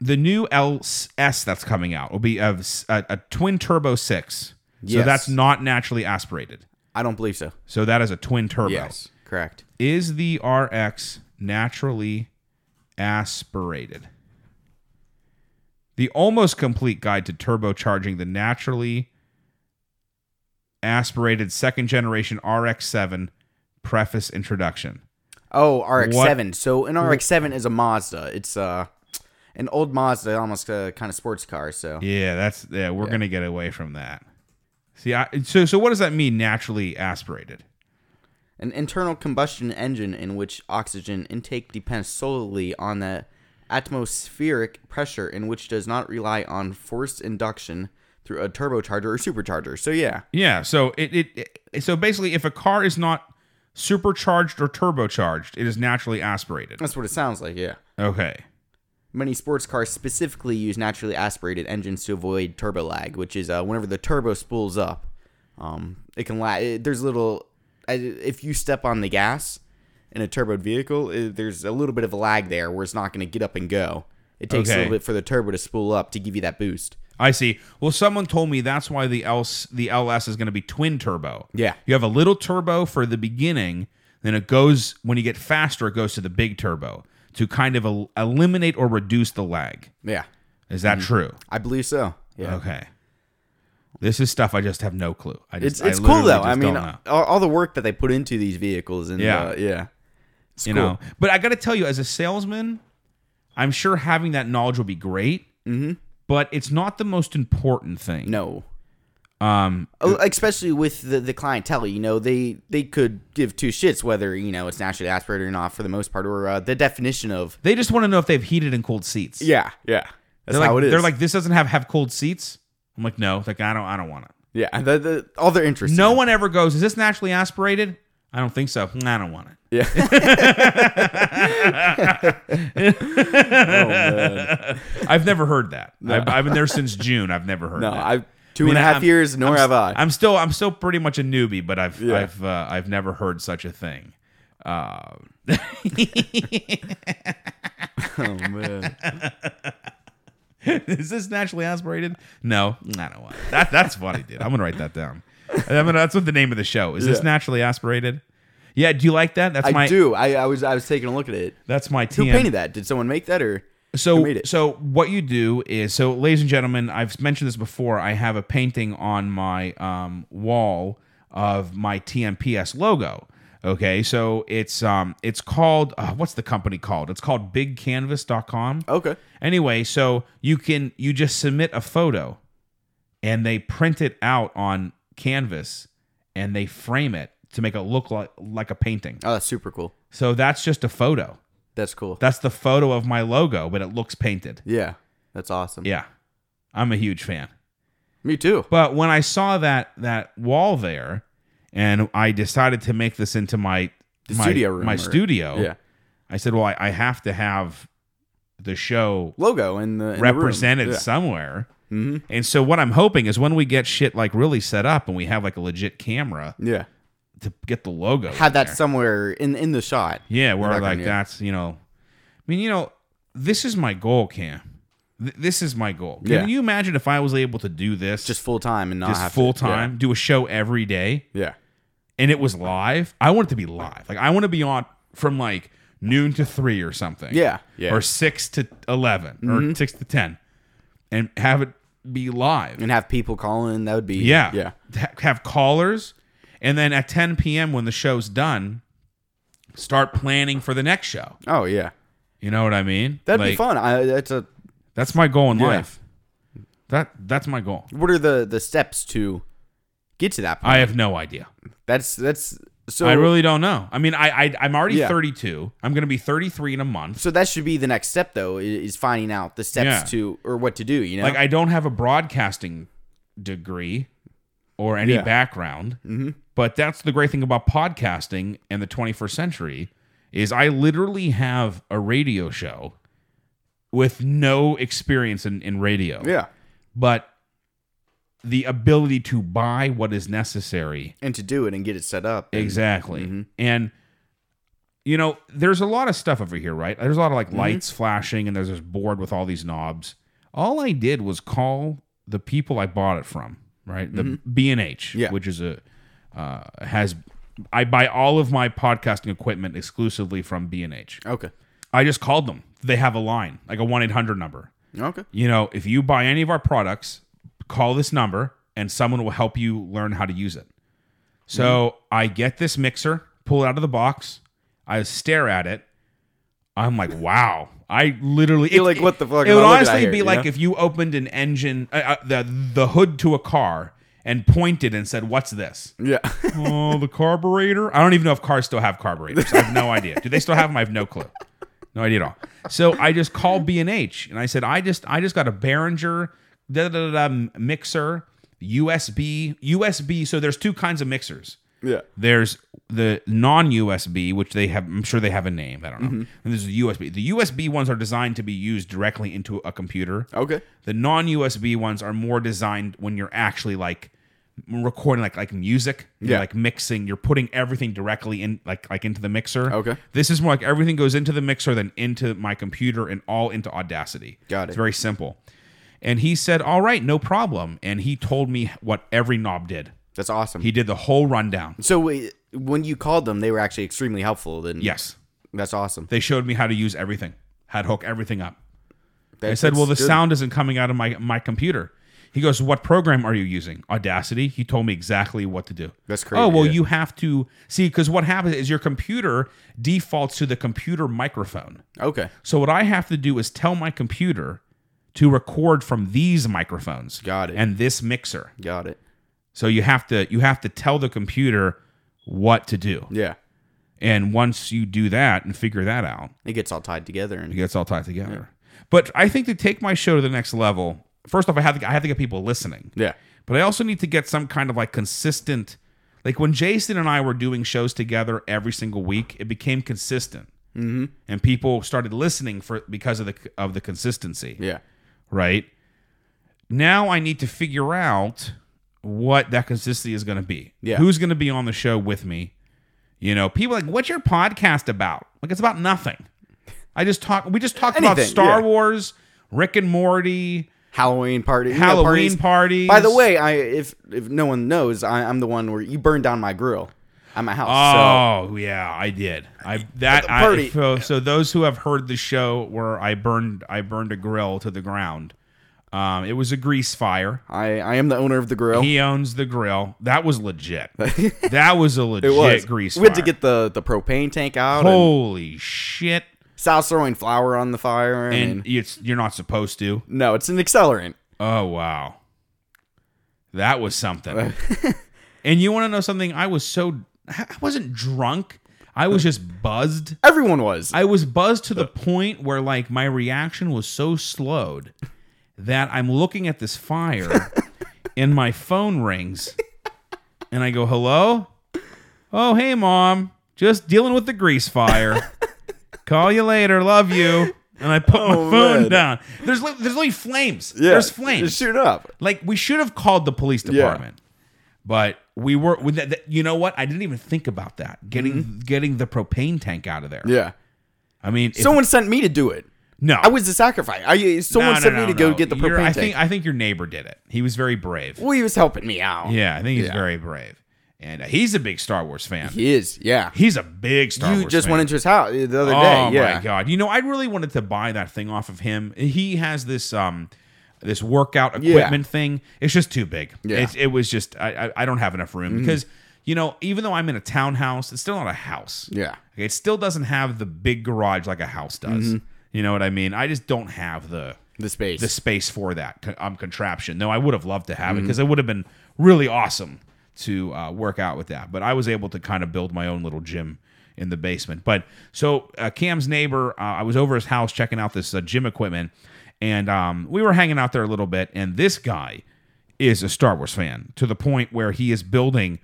[SPEAKER 1] the new LS that's coming out will be of s- a, a twin turbo six. So
[SPEAKER 2] Yes.
[SPEAKER 1] that's not naturally aspirated.
[SPEAKER 2] I don't believe so.
[SPEAKER 1] So that is a twin turbo.
[SPEAKER 2] correct.
[SPEAKER 1] Is the RX naturally aspirated? The almost complete guide to turbocharging the naturally aspirated second generation RX7 preface introduction.
[SPEAKER 2] Oh, RX
[SPEAKER 1] What-
[SPEAKER 2] seven. So an RX seven is a Mazda. It's uh an old Mazda, almost a kind of sports car. So
[SPEAKER 1] Yeah, that's yeah, we're going to get away from that. See, I, so so what does that mean naturally aspirated?
[SPEAKER 2] an internal combustion engine in which oxygen intake depends solely on the atmospheric pressure, and which does not rely on forced induction through a turbocharger or supercharger. So yeah,
[SPEAKER 1] Yeah, so it, it it so basically if a car is not supercharged or turbocharged, it is naturally aspirated.
[SPEAKER 2] that's what it sounds like. Yeah.
[SPEAKER 1] Okay.
[SPEAKER 2] Many sports cars specifically use naturally aspirated engines to avoid turbo lag, which is uh, whenever the turbo spools up, um, it can lag. It, there's little, I- if you step on the gas in a turboed vehicle, it, there's a little bit of a lag there where it's not going to get up and go. It takes a
[SPEAKER 1] Okay.
[SPEAKER 2] little bit for the turbo to spool up to give you that boost.
[SPEAKER 1] I see. Well, someone told me that's why the LS, the LS is going to be twin turbo.
[SPEAKER 2] Yeah.
[SPEAKER 1] You have a little turbo for the beginning, then it goes, when you get faster, it goes to the big turbo to kind of el- eliminate or reduce the lag.
[SPEAKER 2] Yeah,
[SPEAKER 1] Is that true?
[SPEAKER 2] I believe so. Mm-hmm. Yeah,
[SPEAKER 1] Okay. This is stuff I just have no clue. I just,
[SPEAKER 2] it's it's
[SPEAKER 1] I
[SPEAKER 2] cool
[SPEAKER 1] literally
[SPEAKER 2] though. I
[SPEAKER 1] just
[SPEAKER 2] mean,
[SPEAKER 1] don't know.
[SPEAKER 2] all, all the work that they put into these vehicles and
[SPEAKER 1] Yeah.
[SPEAKER 2] yeah, uh, yeah, It's
[SPEAKER 1] you
[SPEAKER 2] cool.
[SPEAKER 1] know, but I got to tell you, as a salesman, I'm sure having that knowledge will be great, mm-hmm. but it's not the most important thing.
[SPEAKER 2] no.
[SPEAKER 1] Um,
[SPEAKER 2] Oh, especially with the, the clientele you know they they could give two shits whether you know it's naturally aspirated or not for the most part or uh, the definition of
[SPEAKER 1] they just want to know if they have heated and cooled seats.
[SPEAKER 2] yeah yeah that's
[SPEAKER 1] They're like,
[SPEAKER 2] how it is
[SPEAKER 1] They're like, this doesn't have have cold seats. I'm like, no. Like, I don't, I don't want it.
[SPEAKER 2] yeah the, the, all their interests
[SPEAKER 1] No one ever goes. Is this naturally aspirated? I don't think so. "Mm, I don't want it.
[SPEAKER 2] Oh,
[SPEAKER 1] I've never heard that. I've, I've been there since June. I've never heard.
[SPEAKER 2] no
[SPEAKER 1] that.
[SPEAKER 2] i've two
[SPEAKER 1] mean,
[SPEAKER 2] and a half
[SPEAKER 1] I'm-
[SPEAKER 2] years nor have i
[SPEAKER 1] I'm still I'm still pretty much a newbie, but I've
[SPEAKER 2] Yeah.
[SPEAKER 1] I've uh, I've never heard such a thing. Uh,
[SPEAKER 2] oh man
[SPEAKER 1] is this naturally aspirated? No, I don't want it. that. That's funny, dude. I'm gonna write that down. I'm gonna, that's what the name of the show is. This
[SPEAKER 2] Yeah.
[SPEAKER 1] naturally aspirated. Yeah, do you like that? That's
[SPEAKER 2] i
[SPEAKER 1] my
[SPEAKER 2] do I, I was i was taking a look at it
[SPEAKER 1] that's my
[SPEAKER 2] who
[SPEAKER 1] TM.
[SPEAKER 2] painted that did someone make that or
[SPEAKER 1] So,
[SPEAKER 2] Who made it?
[SPEAKER 1] so what you do is, so ladies and gentlemen, I've mentioned this before. I have a painting on my um, wall of my TMPS logo. Okay, so it's um, it's called uh, what's the company called? It's called BigCanvas.com.
[SPEAKER 2] okay
[SPEAKER 1] Anyway, so you can you just submit a photo, and they print it out on canvas, and they frame it to make it look like like a painting.
[SPEAKER 2] oh that's super cool
[SPEAKER 1] So that's just a photo.
[SPEAKER 2] that's cool
[SPEAKER 1] That's the photo of my logo, but it looks painted.
[SPEAKER 2] yeah that's awesome
[SPEAKER 1] Yeah. I'm a huge fan.
[SPEAKER 2] me too
[SPEAKER 1] But when I saw that that wall there and I decided to make this into my
[SPEAKER 2] The
[SPEAKER 1] my,
[SPEAKER 2] studio room
[SPEAKER 1] my
[SPEAKER 2] or-
[SPEAKER 1] studio,
[SPEAKER 2] yeah
[SPEAKER 1] I said, Well, I, I have to have the show
[SPEAKER 2] logo in the in the room.
[SPEAKER 1] represented
[SPEAKER 2] Yeah. Mm-hmm.
[SPEAKER 1] somewhere. And so what I'm hoping is when we get shit like really set up and we have like a legit camera
[SPEAKER 2] yeah
[SPEAKER 1] to get the logo.
[SPEAKER 2] have
[SPEAKER 1] in
[SPEAKER 2] that
[SPEAKER 1] there.
[SPEAKER 2] somewhere in in the shot
[SPEAKER 1] Yeah, where
[SPEAKER 2] background,
[SPEAKER 1] like
[SPEAKER 2] yeah.
[SPEAKER 1] that's you know, I mean you know, this is my goal, Cam. Th- this is my goal. Can
[SPEAKER 2] Yeah.
[SPEAKER 1] you imagine if I was able to do this
[SPEAKER 2] just full time and not have
[SPEAKER 1] just
[SPEAKER 2] to-
[SPEAKER 1] full time, do a show every day,
[SPEAKER 2] Yeah. yeah.
[SPEAKER 1] and it was live. I want it to be live. Like I want to be on from like noon to three or something.
[SPEAKER 2] Yeah, yeah. Mm-hmm.
[SPEAKER 1] Or six to 11 or six to ten, and have it be live.
[SPEAKER 2] And have people call in. That would be
[SPEAKER 1] Yeah.
[SPEAKER 2] yeah.
[SPEAKER 1] Ha- Have callers. And then at 10 p.m., when the show's done, start planning for the next show.
[SPEAKER 2] Oh yeah,
[SPEAKER 1] You know what I mean?
[SPEAKER 2] that'd be
[SPEAKER 1] Like,
[SPEAKER 2] fun. I, that's a.
[SPEAKER 1] That's my goal in life. That That's my goal.
[SPEAKER 2] What are the the steps to get to that point?
[SPEAKER 1] I have no idea.
[SPEAKER 2] that's that's so.
[SPEAKER 1] I really don't know. I mean, I, I I'm already
[SPEAKER 2] Yeah.
[SPEAKER 1] 32. I'm going to be 33 in a month.
[SPEAKER 2] so that should be the next step though i- is finding out the steps
[SPEAKER 1] Yeah.
[SPEAKER 2] to or what to do. You know,
[SPEAKER 1] Like I don't have a broadcasting degree or any
[SPEAKER 2] Yeah.
[SPEAKER 1] background. Mm-hmm. But that's the great thing about podcasting and the 21st century is I literally have a radio show with no experience in, in radio,
[SPEAKER 2] yeah,
[SPEAKER 1] but the ability to buy what is necessary
[SPEAKER 2] and to do it and get it set up. and- Mm-hmm.
[SPEAKER 1] Exactly. And you know, there's a lot of stuff over here, right? There's a lot of
[SPEAKER 2] Mm-hmm.
[SPEAKER 1] like lights flashing and there's this board with all these knobs. All I did was call the people I bought it from, right? The B&H,
[SPEAKER 2] Mm-hmm. Yeah.
[SPEAKER 1] which is a uh, has I buy all of my podcasting equipment exclusively from B&H.
[SPEAKER 2] Okay.
[SPEAKER 1] I just called them. They have a line, like a 1-800 number.
[SPEAKER 2] Okay.
[SPEAKER 1] you know, if you buy any of our products, call this number and someone will help you learn how to use it.
[SPEAKER 2] Mm-hmm.
[SPEAKER 1] So I get this mixer, pull it out of the box, I stare at it. I'm like, wow. I literally,
[SPEAKER 2] You're like, what the fuck
[SPEAKER 1] It
[SPEAKER 2] am
[SPEAKER 1] would
[SPEAKER 2] I looking at
[SPEAKER 1] honestly
[SPEAKER 2] here,
[SPEAKER 1] be
[SPEAKER 2] you
[SPEAKER 1] like
[SPEAKER 2] know?
[SPEAKER 1] if you opened an engine, uh, uh, the the hood to a car, and pointed and said, "What's this?"
[SPEAKER 2] Yeah.
[SPEAKER 1] oh, the carburetor. I don't even know if cars still have carburetors. I have no idea. Do they still have them? I have no clue. No idea at all. So I just called B and H and I said, I just I just got a Behringer da da da da mixer USB USB. So there's two kinds of mixers.
[SPEAKER 2] yeah.
[SPEAKER 1] There's the non USB, which they have. I'm sure they have a name. I don't know. And there's the USB. The USB ones are designed to be used directly into a computer.
[SPEAKER 2] Okay.
[SPEAKER 1] The non USB ones are more designed when you're actually like recording like like music, you're
[SPEAKER 2] Yeah.
[SPEAKER 1] like mixing, you're putting everything directly in like like into the mixer.
[SPEAKER 2] Okay.
[SPEAKER 1] This is more like everything goes into the mixer than into my computer and all into Audacity.
[SPEAKER 2] Got
[SPEAKER 1] It's
[SPEAKER 2] it.
[SPEAKER 1] very simple. And he said, "All right, no problem." And he told me what every knob did.
[SPEAKER 2] That's awesome.
[SPEAKER 1] He did the whole rundown.
[SPEAKER 2] so wait, when you called them, they were actually extremely helpful. Then
[SPEAKER 1] Yes.
[SPEAKER 2] that's awesome.
[SPEAKER 1] They showed me how to use everything, how to hook everything up.
[SPEAKER 2] That-
[SPEAKER 1] I said,
[SPEAKER 2] that's
[SPEAKER 1] "Well, the
[SPEAKER 2] good.
[SPEAKER 1] sound isn't coming out of my my computer." He goes, "What program are you using? Audacity?" He told me exactly what to do.
[SPEAKER 2] That's crazy,
[SPEAKER 1] Oh well,
[SPEAKER 2] yeah.
[SPEAKER 1] you have to see because what happens is your computer defaults to the computer microphone.
[SPEAKER 2] Okay.
[SPEAKER 1] So what I have to do is tell my computer to record from these microphones.
[SPEAKER 2] Got it.
[SPEAKER 1] And this mixer.
[SPEAKER 2] Got it.
[SPEAKER 1] So you have to you have to tell the computer what to do.
[SPEAKER 2] Yeah.
[SPEAKER 1] And once you do that and figure that out,
[SPEAKER 2] It gets all tied together and
[SPEAKER 1] it gets all tied together. But I think to take my show to the next level, first off, I have to, I have to get people listening.
[SPEAKER 2] yeah.
[SPEAKER 1] But I also need to get some kind of like consistent, like when Jason and I were doing shows together every single week, it became consistent, mm-hmm. and people started listening for because of the of the consistency,
[SPEAKER 2] Yeah.
[SPEAKER 1] right? Now I need to figure out what that consistency is going to be.
[SPEAKER 2] Yeah.
[SPEAKER 1] who's going to be on the show with me? You know, people are like, what's your podcast about? Like, it's about nothing. I just talk. We just talked about
[SPEAKER 2] Anything,
[SPEAKER 1] Star
[SPEAKER 2] yeah.
[SPEAKER 1] Wars, Rick and Morty,
[SPEAKER 2] Halloween party. you know,
[SPEAKER 1] Halloween parties.
[SPEAKER 2] parties. By the way, I if if no one knows, I, I'm the one where you burned down my grill at my house.
[SPEAKER 1] Oh yeah, I did. I that
[SPEAKER 2] the party-
[SPEAKER 1] I so, so those who have heard the show where I burned I burned a grill to the ground. Um, it was a grease fire.
[SPEAKER 2] So I I am the owner of the grill.
[SPEAKER 1] He owns the grill. That was legit. that was a legit grease
[SPEAKER 2] We had to
[SPEAKER 1] fire.
[SPEAKER 2] get the the propane tank out. and
[SPEAKER 1] Holy shit!
[SPEAKER 2] Sal's throwing flour on the fire. And,
[SPEAKER 1] And it's you're not supposed to.
[SPEAKER 2] no, it's an accelerant.
[SPEAKER 1] Oh wow, that was something. and you want to know something? I was so I wasn't drunk. I was just buzzed.
[SPEAKER 2] Everyone was.
[SPEAKER 1] I was buzzed to the point where like my reaction was so slowed that I'm looking at this fire and my phone rings and I go, "Hello? Oh, hey mom, just dealing with the grease fire. Call you later. Love you." And I put my
[SPEAKER 2] Oh,
[SPEAKER 1] phone
[SPEAKER 2] man.
[SPEAKER 1] down. There's li- there's only flames.
[SPEAKER 2] yeah,
[SPEAKER 1] there's flames.
[SPEAKER 2] Just shoot up.
[SPEAKER 1] Like we should have called the police
[SPEAKER 2] Yeah.
[SPEAKER 1] department, but we were. with that- that- You know what? I didn't even think about that. Getting getting the propane tank out of there.
[SPEAKER 2] Mm-hmm. Yeah.
[SPEAKER 1] I mean, if-
[SPEAKER 2] Someone sent me to do it.
[SPEAKER 1] no,
[SPEAKER 2] I was the sacrifice. I
[SPEAKER 1] No,
[SPEAKER 2] someone
[SPEAKER 1] no,
[SPEAKER 2] sent
[SPEAKER 1] no,
[SPEAKER 2] me to
[SPEAKER 1] no.
[SPEAKER 2] go get the propane
[SPEAKER 1] Your- I
[SPEAKER 2] tank.
[SPEAKER 1] think I think your neighbor did it. He was very brave.
[SPEAKER 2] well, he was helping me out.
[SPEAKER 1] Yeah, I think he's
[SPEAKER 2] Yeah.
[SPEAKER 1] very brave, and uh, he's a big Star Wars fan.
[SPEAKER 2] He is. Yeah.
[SPEAKER 1] He's a big Star
[SPEAKER 2] you
[SPEAKER 1] Wars.
[SPEAKER 2] just
[SPEAKER 1] fan.
[SPEAKER 2] went into his house the other
[SPEAKER 1] Oh
[SPEAKER 2] day. Yeah.
[SPEAKER 1] my god! You know, I really wanted to buy that thing off of him. He has this um this workout equipment thing. It's just too big.
[SPEAKER 2] Yeah. Mm.
[SPEAKER 1] It's, it was just I, I I don't have enough room because you know even though I'm in a townhouse, it's still not a house.
[SPEAKER 2] Yeah.
[SPEAKER 1] It still doesn't have the big garage like a house does.
[SPEAKER 2] Mm-hmm.
[SPEAKER 1] You know what I mean? I just don't have the
[SPEAKER 2] The space.
[SPEAKER 1] the space for that co- um, contraption. Though I would have loved to have it
[SPEAKER 2] Mm-hmm.
[SPEAKER 1] because it would have been really awesome to uh, work out with that. But I was able to kind of build my own little gym in the basement. But so uh, Cam's neighbor, uh, I was over his house checking out this uh, gym equipment, and um, we were hanging out there a little bit. And this guy is a Star Wars fan to the point where he is building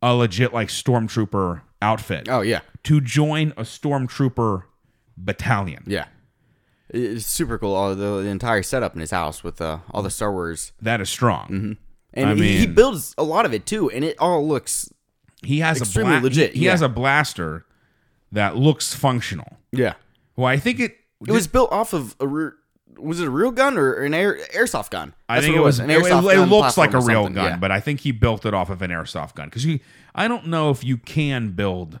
[SPEAKER 1] a legit like stormtrooper outfit
[SPEAKER 2] oh yeah.
[SPEAKER 1] to join a stormtrooper battalion.
[SPEAKER 2] Yeah. It's super cool. All the, the entire setup in his house with uh, all the Star Wars,
[SPEAKER 1] That is strong.
[SPEAKER 2] Mm-hmm. and
[SPEAKER 1] I
[SPEAKER 2] he, he
[SPEAKER 1] mean-
[SPEAKER 2] builds a lot of it too, and it all looks
[SPEAKER 1] He has
[SPEAKER 2] Extremely
[SPEAKER 1] a bla-
[SPEAKER 2] legit,
[SPEAKER 1] He, he
[SPEAKER 2] yeah.
[SPEAKER 1] has a blaster that looks functional.
[SPEAKER 2] yeah.
[SPEAKER 1] Well, I think it.
[SPEAKER 2] It was built off of a re- was it a real gun or an air, airsoft gun?
[SPEAKER 1] I
[SPEAKER 2] That's
[SPEAKER 1] think
[SPEAKER 2] what
[SPEAKER 1] it was. It, it
[SPEAKER 2] gun
[SPEAKER 1] looks
[SPEAKER 2] platform
[SPEAKER 1] like a
[SPEAKER 2] or
[SPEAKER 1] real
[SPEAKER 2] something,
[SPEAKER 1] gun,
[SPEAKER 2] yeah.
[SPEAKER 1] but I think he built it off of an airsoft gun because I don't know if you can build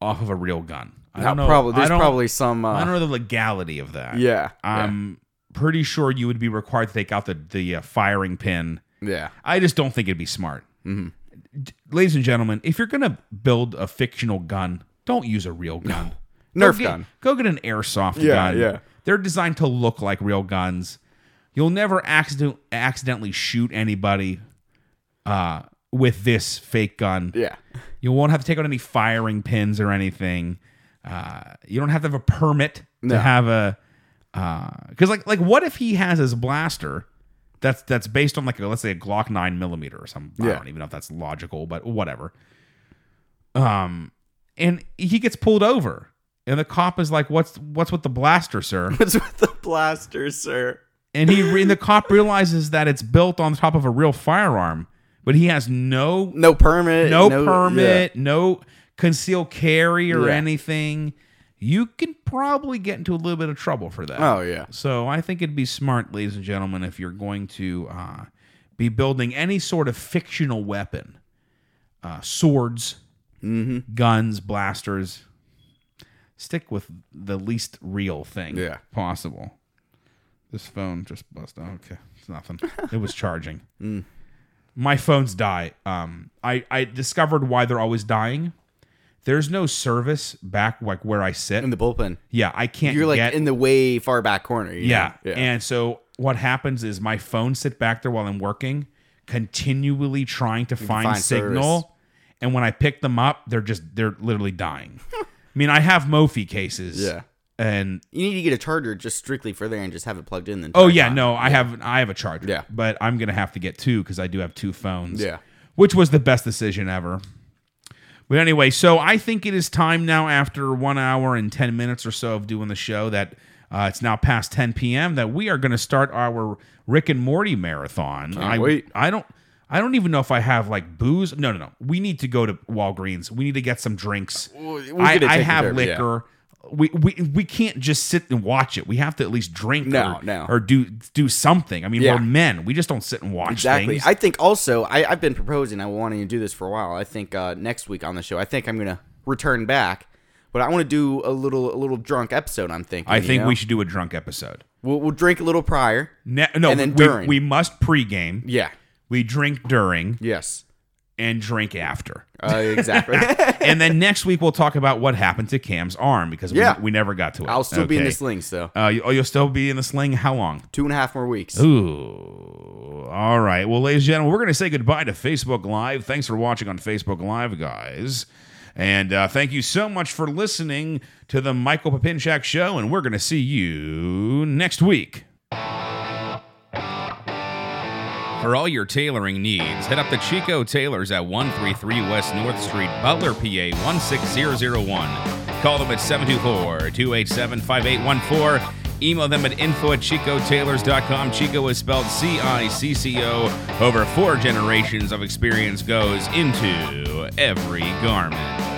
[SPEAKER 1] off of a real gun. I
[SPEAKER 2] Now,
[SPEAKER 1] don't know.
[SPEAKER 2] probably
[SPEAKER 1] I
[SPEAKER 2] there's
[SPEAKER 1] don't,
[SPEAKER 2] probably some. Uh,
[SPEAKER 1] I don't know the legality of that.
[SPEAKER 2] yeah.
[SPEAKER 1] I'm pretty sure you would be required to take out the the uh, firing pin.
[SPEAKER 2] Yeah.
[SPEAKER 1] I just don't think it'd be smart.
[SPEAKER 2] Mm-hmm.
[SPEAKER 1] D- ladies and gentlemen, if you're gonna build a fictional gun, don't use a real gun. Go
[SPEAKER 2] Nerf
[SPEAKER 1] get-
[SPEAKER 2] gun.
[SPEAKER 1] Go get an airsoft
[SPEAKER 2] Yeah,
[SPEAKER 1] gun.
[SPEAKER 2] yeah.
[SPEAKER 1] They're designed to look like real guns. You'll never accident- accidentally shoot anybody uh, with this fake gun.
[SPEAKER 2] Yeah.
[SPEAKER 1] You won't have to take out any firing pins or anything. Uh, you don't have to have a permit
[SPEAKER 2] No.
[SPEAKER 1] to have a because like like what if he has his blaster that's that's based on like a, let's say a Glock nine millimeter or something. I
[SPEAKER 2] Yeah.
[SPEAKER 1] don't even know if that's logical, but whatever. Um, and he gets pulled over, and the cop is like, "What's what's with the blaster, sir?"
[SPEAKER 2] What's with the blaster, sir?
[SPEAKER 1] And he re- and the cop realizes that it's built on top of a real firearm, but he has no
[SPEAKER 2] No permit.
[SPEAKER 1] no, permit, no concealed carry or
[SPEAKER 2] Yeah.
[SPEAKER 1] anything, you can probably get into a little bit of trouble for that.
[SPEAKER 2] yeah. Oh yeah.
[SPEAKER 1] So I think it'd be smart, ladies and gentlemen, if you're going to uh, be building any sort of fictional weapon, uh, swords,
[SPEAKER 2] Mm-hmm.
[SPEAKER 1] guns, blasters. Stick with the least real thing
[SPEAKER 2] Yeah.
[SPEAKER 1] possible. This phone just busted. Okay, it's nothing. It was charging.
[SPEAKER 2] Mm.
[SPEAKER 1] My phones die. Um, I I discovered why they're always dying. There's no service back like where I sit.
[SPEAKER 2] In the bullpen.
[SPEAKER 1] Yeah, I can't.
[SPEAKER 2] You're like
[SPEAKER 1] get,
[SPEAKER 2] in the way far back corner. you
[SPEAKER 1] yeah.
[SPEAKER 2] know? Yeah.
[SPEAKER 1] And so what happens is my phone sit back there while I'm working, continually trying to find,
[SPEAKER 2] find
[SPEAKER 1] signal.
[SPEAKER 2] service.
[SPEAKER 1] And when I pick them up, they're just they're literally dying. I mean, I have Mophie cases.
[SPEAKER 2] Yeah.
[SPEAKER 1] And
[SPEAKER 2] you need to get a charger just strictly for there and just have it plugged in. Then
[SPEAKER 1] oh yeah, no, I have I have a charger.
[SPEAKER 2] Yeah.
[SPEAKER 1] But I'm gonna have to get two because I do have two phones.
[SPEAKER 2] Yeah.
[SPEAKER 1] Which was the best decision ever. But anyway, so I think it is time now after one hour and 10 minutes or so of doing the show that uh, it's now past 10 p.m. that we are going to start our Rick and Morty marathon. I
[SPEAKER 2] wait.
[SPEAKER 1] I don't I don't even know if I have like booze. No, no, no. We need to go to Walgreens. We need to get some drinks.
[SPEAKER 2] we
[SPEAKER 1] I,
[SPEAKER 2] could have
[SPEAKER 1] I
[SPEAKER 2] taken
[SPEAKER 1] have
[SPEAKER 2] care of it, yeah.
[SPEAKER 1] liquor. We, we we can't just sit and watch it. We have to at least drink
[SPEAKER 2] No,
[SPEAKER 1] or,
[SPEAKER 2] no.
[SPEAKER 1] or do do something. I mean,
[SPEAKER 2] Yeah.
[SPEAKER 1] we're men. We just don't sit and watch
[SPEAKER 2] Exactly.
[SPEAKER 1] things.
[SPEAKER 2] I think also I, I've been proposing. I wanting to do this for a while. I think uh, next week on the show, I think I'm gonna return back, but I want to do a little a little drunk episode. I'm thinking.
[SPEAKER 1] I
[SPEAKER 2] you
[SPEAKER 1] think
[SPEAKER 2] know?
[SPEAKER 1] we should do a drunk episode.
[SPEAKER 2] we'll, we'll drink a little prior.
[SPEAKER 1] Ne- no,
[SPEAKER 2] And then
[SPEAKER 1] we,
[SPEAKER 2] during.
[SPEAKER 1] we must pregame.
[SPEAKER 2] Yeah.
[SPEAKER 1] We drink during
[SPEAKER 2] Yes.
[SPEAKER 1] and drink after.
[SPEAKER 2] Uh, exactly.
[SPEAKER 1] and then next week we'll talk about what happened to Cam's arm because we,
[SPEAKER 2] Yeah.
[SPEAKER 1] we never got to it.
[SPEAKER 2] I'll still be in the
[SPEAKER 1] Okay.
[SPEAKER 2] sling, so
[SPEAKER 1] Uh, you, oh, you'll still be in the sling. How long?
[SPEAKER 2] two and a half more weeks.
[SPEAKER 1] Ooh. All right. Well, ladies and gentlemen, we're going to say goodbye to Facebook Live. Thanks for watching on Facebook Live, guys. And uh, thank you so much for listening to the Michael Papinchak Show. And we're going to see you next week. For all your tailoring needs, head up to Chico Tailors at 133 West North Street, Butler, PA 16001. Call them at 724 287 5814. Email them at info at chicotailors.com. Chico is spelled C I C C O. Over four generations of experience goes into every garment.